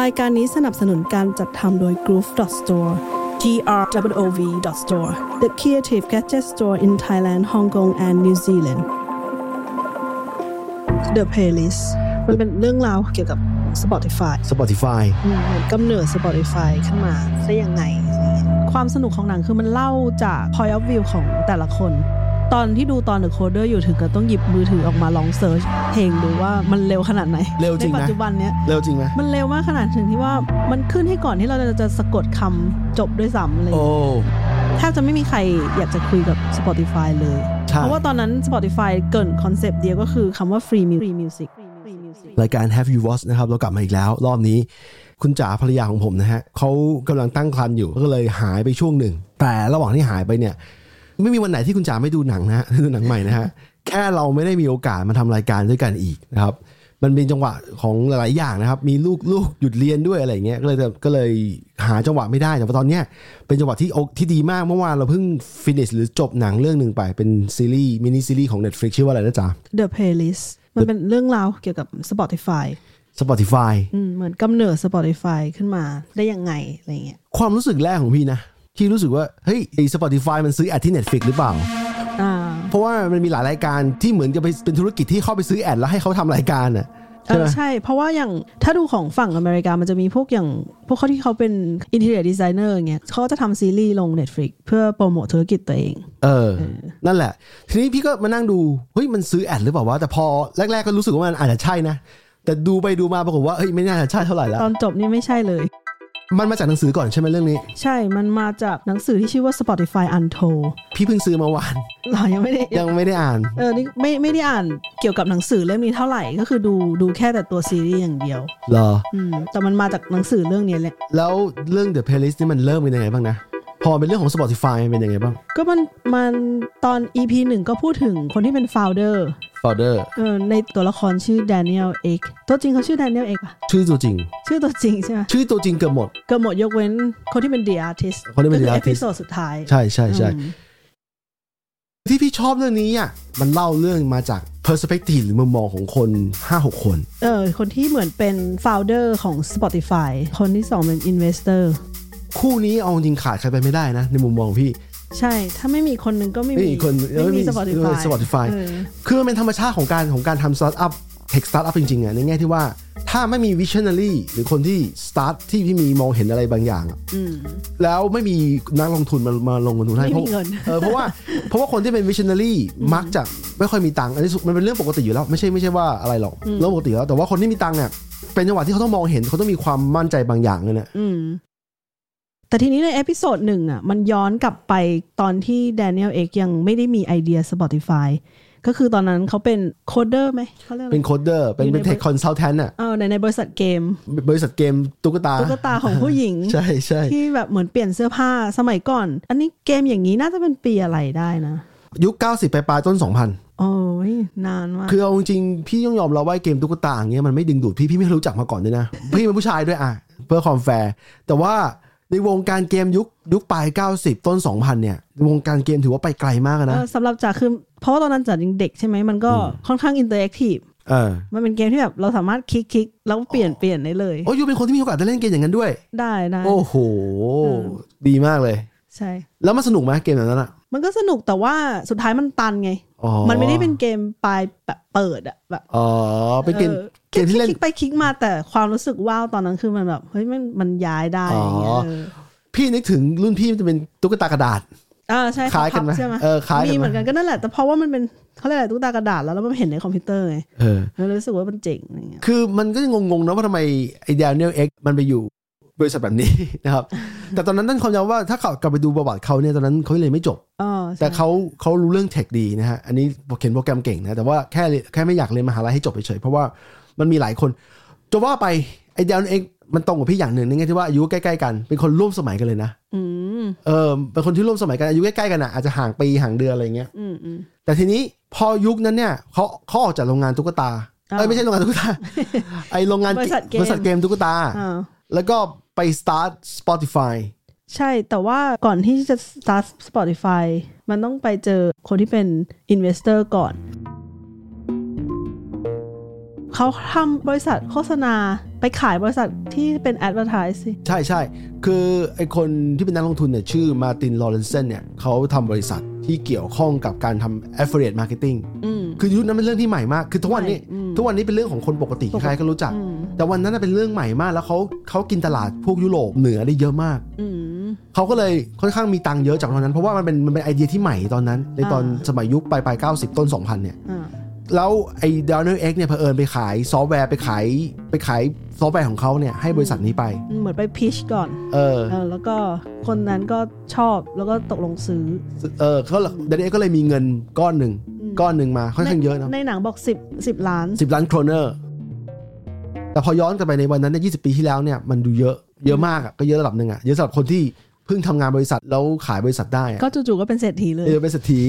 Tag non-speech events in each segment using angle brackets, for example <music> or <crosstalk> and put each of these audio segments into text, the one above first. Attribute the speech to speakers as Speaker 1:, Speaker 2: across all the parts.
Speaker 1: รายการนี้สนับสนุนการจัดทำโดย Groove Store G R W O V Store The Creative Gadget Store in Thailand Hong Kong and New Zealand The Playlist มันเป็นเรื่องราวเกี่ยวกับ Spotify
Speaker 2: Spotify
Speaker 1: อืมเหมือนกำเนิด Spotify ขึ้นมาได้ยังไงอะไรเงี้ยความสนุกของหนังคือมันเล่าจาก point of view ของแต่ละคน ตอนที่ดูตอน The Coder อยู่ถึงก็ต้องหยิบมือถือออกมาลองเซิร์ชเพลงดูว่ามันเร็วขนาดไหน
Speaker 2: เร็วจริงนะ
Speaker 1: ในปัจจุบันเนี้ย
Speaker 2: เร็วจริงไหม
Speaker 1: มันเร็วมากขนาดถึงที่ว่ามันขึ้นให้ก่อนที่เราจะจะสะกดคำจบด้วยซ้ำอะไรอย่าง
Speaker 2: โอ้
Speaker 1: เลยแทบจะไม่มีใครอยากจะคุยกับ Spotify เลย
Speaker 2: ใช่
Speaker 1: เพราะว่าตอนนั้น Spotify เกินคอนเซปต์เดียวก็คือคำว่า free music free music
Speaker 2: รายการ Have You Watched นะครับ เรากลับมาอีกแล้ว รอบนี้คุณจ๋าภรรยาของผมนะฮะเขากำลังตั้งครรภ์อยู่ก็เลยหายไปช่วงหนึ่ง แต่ระหว่างที่หายไปเนี่ย ไม่มีวันไหนที่คุณจ๋าไม่ดูหนังนะฮะ <laughs> ดูหนังใหม่นะฮะ แค่เราไม่ได้มีโอกาสมาทำรายการด้วยกันอีกนะครับ มันเป็นจังหวะของหลายๆอย่างนะครับ มีลูกลูกหยุดเรียนด้วยอะไรอย่างเงี้ยก็เลยก็เลยหาจังหวะไม่ได้แต่ว่าตอนเนี้ยเป็นจังหวะที่โอที่ดีมากเมื่อวานเราเพิ่งฟินิชหรือจบหนังเรื่องหนึ่งไปเป็นซีรีส์มินิซีรีส์ของ Netflix ชื่อว่าอะไรนะจ๊ะ
Speaker 1: The playlist มันเป็นเรื่องราวเกี่ยวกับ Spotify
Speaker 2: Spotify
Speaker 1: อืมเหมือนกำเนิด Spotify ขึ้นมาได้ยังไงอะไรเงี้ย
Speaker 2: ความรู้สึกแรกของพี่นะ ที่รู้สึกว่า เฮ้ยไอ้ Spotify มันซื้อแอดที่ Netflix หรือเปล่า
Speaker 1: อ่า
Speaker 2: เพราะว่ามันมีหลายรายการที่เหมือนจะไปเป็นธุรกิจที่เข้าไปซื้อแอดแล้วให้เขาทำรายการน่ะ
Speaker 1: เอ
Speaker 2: ใช่ไห
Speaker 1: อ
Speaker 2: ม
Speaker 1: ใช่ เพราะว่าอย่างถ้าดูของฝั่งอเมริกามันจะมีพวกอย่าง พวกเขาที่เขาเป็น interior designer เงี้ยเขาจะทำซีรีส์ลง Netflix เพื่อโปรโมทธุรกิจตัวเอง
Speaker 2: เออ นั่นแหละ ทีนี้พี่ก็มานั่งดูเฮ้ยมันซื้อแอดหรือเปล่าวะแต่พอแรก ๆ ก็รู้สึกว่ามันอาจจะใช่นะ แต่ดูไปดูมาปรากฏว่าเฮ้ยไม่น่าจะใช่เท่าไหร่แล้ว
Speaker 1: ตอนจบนี่ไม่ใช่เลย
Speaker 2: มันมาจากหนังสือก่อนใช่ไหมเรื่องนี้
Speaker 1: ใช่ มันมาจากหนังสือที่ชื่อว่า Spotify Untold
Speaker 2: พี่เพิ่งซื้อเมาวาน
Speaker 1: เรายังไม่ได้
Speaker 2: ยังไม่ได้อ่าน
Speaker 1: เออนี่ไม่ไม่ได้อ่านเกี่ยวกับหนังสือเล่มนี้เท่าไหร่ก็คือดูดูแค่แต่ตัวซีรีส์อย่างเดียว
Speaker 2: เหรอ
Speaker 1: อืมแต่มันมาจากหนังสือเรื่องนี้แหละ
Speaker 2: แล้วเรื่อง The Playlist นี่มันเริ่มเป็นยังไงบ้างนะพอเป็นเรื่องของ Spotify มันเป็นยังไงบ้าง
Speaker 1: ก็มันมันตอน EP หนึ่งก็พูดถึงคนที่เป็น founder
Speaker 2: Founder
Speaker 1: เออในตัวละครชื่อ Daniel Ek ตัวจริงเขาชื่อ Daniel Ek ปะ
Speaker 2: ชื่อตัวจริง
Speaker 1: ชื่อตัวจริงใช่ไหม
Speaker 2: ชื่อตัวจริงเกือบหมด
Speaker 1: ก็หมดยกเว้นคนที่เป็น The Artist
Speaker 2: คนที่เป็น The
Speaker 1: ก็อ
Speaker 2: Artist
Speaker 1: พิโซดสุดท้าย
Speaker 2: ใช่ใช่ใช่
Speaker 1: อืม
Speaker 2: ที่พี่ชอบเรื่องนี้อ่ะมันเล่าเรื่องมาจาก perspective หรือมุมมองของคน 5-6 คน
Speaker 1: เออคนที่เหมือนเป็น founder ของ Spotify คนที่สองเป็น investor
Speaker 2: คู่นี้เอาจริงขาดใครไปไม่ได้นะ ในมุมมองพี่
Speaker 1: ใช่ ถ้าไม่มีคนหนึ่งก็ไม่
Speaker 2: ไม่
Speaker 1: มี
Speaker 2: มีคนเออ
Speaker 1: ไม่มี
Speaker 2: ไม่มี
Speaker 1: Spotify
Speaker 2: Spotify
Speaker 1: เออ
Speaker 2: คือมันเป็นธรรมชาติของการของการทำ startup tech startup จริงๆอ่ะในแง่ที่ว่าถ้าไม่มี visionary หรือคนที่ start ที่พี่มีมองเห็นอะไรบางอย่างอะ
Speaker 1: อืม
Speaker 2: แล้วไม่มีนักลงทุนมามาลงทุนให้
Speaker 1: ไม่มี
Speaker 2: เพราะ
Speaker 1: เงิน
Speaker 2: เออเพราะว่าเพราะว่าคนที่เป็น visionary มักจะไม่ค่อยมีตังค์อันนี้มันเป็นเรื่องปกติอยู่แล้วไม่ใช่ไม่ใช่ว่าอะไรหรอกเรื่องปกติอยู่แล้วแต่ว่าคนที่มีตังค์เนี่ยเป็นจังหวะที่เขาต้องมองเห็นเขาต้องมีความมั่นใจบางอย่างเลยนะ
Speaker 1: อืม แต่ทีนี้ในเอพิโซดหนึ่งอ่ะ มันย้อนกลับไปตอนที่ Daniel X ยังไม่ได้มีไอเดีย Spotify ก็คือตอนนั้นเขาเป็นโคดเดอร์ไหมเขาเรียกอะไร
Speaker 2: เป็นโคดเดอร์ เป็น
Speaker 1: อยู่ใน
Speaker 2: เป็นเทค
Speaker 1: บริ
Speaker 2: คอนซัลแทนน่ะ
Speaker 1: เออในในบริษัทเกม
Speaker 2: บริษัทเกมตุ๊กตา
Speaker 1: ตุ๊กตาของผู้หญิง
Speaker 2: ใช่ใช่
Speaker 1: ที่แบบเหมือนเปลี่ยนเสื้อผ้าสมัยก่อน อันนี้เกมอย่างนี้น่าจะเป็นปีอะไรได้นะ
Speaker 2: ยุค 90 ไปปลายๆต้น
Speaker 1: โอ้ยนานมาก
Speaker 2: 2000 คือเอาจริงๆพี่ต้องยอมรับว่าเกมตุ๊กตาอย่างเงี้ยมันไม่ดึงดูดพี่ พี่ไม่รู้จักมาก่อนด้วยนะ พี่เป็นผู้ชายด้วยอ่ะ เพื่อความแฟร์ แต่ว่าในวงการเกมยุคยุคปลาย 90 ต้น 2000 เนี่ย วงการเกมถือว่าไปไกลมากอะนะ
Speaker 1: เออสำหรับจ๋าคือเพราะว่าตอนนั้นจ๋ายังเด็กใช่ไหมมันก็ค่อนข้างอินเตอร์แอคทีฟ
Speaker 2: เออ
Speaker 1: มันเป็นเกมที่แบบเราสามารถคลิกคลิกแล้วเปลี่ยนเปลี่ยนได้เลย
Speaker 2: โอ้ยยูเป็นคนที่มีโอกาสได้เล่นเกมอย่างนั้นด้วย
Speaker 1: ได้ได้
Speaker 2: โอ้โห
Speaker 1: อืม
Speaker 2: ดีมากเลย
Speaker 1: ใช่
Speaker 2: แล้วมันสนุกไหมเกมแบบนั้นอ่ะ
Speaker 1: มันก็สนุกแต่ว่าสุดท้ายมันตันไง
Speaker 2: อ๋อ
Speaker 1: มันไม่ได้เป็นเกมปลายแบบเปิดอะแบบ
Speaker 2: อ๋อเป็นเกม
Speaker 1: ออ
Speaker 2: เกมที่เล่น
Speaker 1: คลิกไปคลิกมาแต่ความรู้สึกว้าวตอนนั้นคือมันแบบเฮ้ยมันมันย้ายได้อะไรเงี้ย
Speaker 2: อ๋อ
Speaker 1: เออ
Speaker 2: พี่นึกถึงรุ่นพี่มันจะเป็นตุ๊กตากระดาษ
Speaker 1: อ่าใช่
Speaker 2: คล้ายกันไหม
Speaker 1: ใช่ไหม
Speaker 2: เออคล้ายกันไหม
Speaker 1: มีเหมือนกันก็นั่นแหละแต่เพราะว่ามันเป็นเขาเรียกอะไรตุ๊กตากระดาษแล้วแล้วมันเห็นในคอมพิวเตอร์ไง
Speaker 2: เออ
Speaker 1: เรารู้สึกว่ามันเจ๋งอะไรเงี้ย
Speaker 2: คือมันก็จะงงๆนะว่าทำไมไอ้ด a เนียลเอ็กมันไปอยู่บริษัทแบบนี้ <laughs> นะครับ แต่ตอนนั้นนั่นความจำว่าถ้าเขากลับไปดูประวัติเขาเนี่ยตอนนั้นเขาเรียนไม่จบ
Speaker 1: อ๋อใช่
Speaker 2: แต่เขาเขารู้เรื่องเทคดีนะฮะ อันนี้เขียนโปรแกรมเก่งนะ แต่ว่าแค่แค่ไม่อยากเรียนมหาลัยให้จบเฉยๆเพราะว่ามันมีหลายคนจะว่าไปไอ้ด a เนียลเอ็กมันตรงกับพี่อย่างหนึ่งในแง่ที่ว่าอายุใกล้ๆกันเป็นคนร่วมสมัยกันเลยนะ
Speaker 1: อืม
Speaker 2: เออเป็นคนที่ร่วมสมัยกันอายุใกล้ๆกันอ่ะอาจจะห่างปีห่างเดือนอะไรเงี้ย
Speaker 1: อืมอืม
Speaker 2: แต่ทีนี้พอยุคนั้นเนี่ยเขาเขาออกจากโรงงานตุ๊กตา
Speaker 1: อ่า
Speaker 2: เอ้ยไม่ใช่โรงงานตุ๊ก
Speaker 1: <laughs>
Speaker 2: ตา ไอโรงงาน
Speaker 1: บริษัทเกม
Speaker 2: บริษัทเกมตุ๊กตา
Speaker 1: อ่า
Speaker 2: แล้วก็ไป start Spotify
Speaker 1: ใช่ แต่ว่าก่อนที่จะ start Spotify มันต้องไปเจอคนที่เป็น investor ก่อน เขาทำบริษัทโฆษณาไปขายบริษัทที่เป็น advertise สิ
Speaker 2: ใช่ใช่คือไอคนที่เป็นนักลงทุนเนี่ยชื่อมาตินลอเรนเซนเนี่ยเขาทำบริษัทที่เกี่ยวข้องกับการทำ affiliate marketing
Speaker 1: อืม
Speaker 2: คือยุคนั้นเป็นเรื่องที่ใหม่มาก คือทุกวันนี้
Speaker 1: ใช่อืม
Speaker 2: ทุกวันนี้เป็นเรื่องของคนปกติใครก็รู้จัก
Speaker 1: อืม
Speaker 2: แต่วันนั้นนะเป็นเรื่องใหม่มาก แล้วเขาเขากินตลาดพวกยุโรปเหนือได้เยอะมาก
Speaker 1: อืม
Speaker 2: เขาก็เลยค่อนข้างมีตังค์เยอะจากตอนนั้น เพราะว่ามันเป็นมันเป็นไอเดียที่ใหม่ตอนนั้น ในตอน
Speaker 1: อ่า
Speaker 2: สมัยยุคปลายปลาย90 ต้น 2000 เนี่ย
Speaker 1: อ่า
Speaker 2: แล้วไอ้ดาวเนอร์เอ็กเนี่ยเผอิญไปขายซอฟต์แวร์ไปขายไปขายซอฟต์แวร์ของเขาเนี่ยให้บริษัทนี้ไป
Speaker 1: เหมือนไปพิชก่อน
Speaker 2: เออ
Speaker 1: เออแล้วก็คนนั้นก็ชอบแล้วก็ตกลงซื้อ
Speaker 2: เออเขาดาวเนอร์เอ็กก็เลยมีเงินก้อนหนึ่ง
Speaker 1: อืม
Speaker 2: ก้อนหนึ่งมาค่อนข้างเยอะนะ
Speaker 1: ในหนังบอก 10 10 ล้าน
Speaker 2: สิบล้านโครเนอร์ แต่พอย้อนกลับไปในวันนั้นเนี่ยยีปีที่แล้วเนี่ยมันดูเยอะเยอะมากอะก็เยอะระดับหนึ่งอะเยอะสำหรับคนที่เพิ่งทำงานบริษัทแล้วขายบริษัทได้อะ
Speaker 1: ก็จู่ๆก็เป็นเศรษฐีเลย
Speaker 2: เออเป็นเศรษ
Speaker 1: <laughs>
Speaker 2: ฐี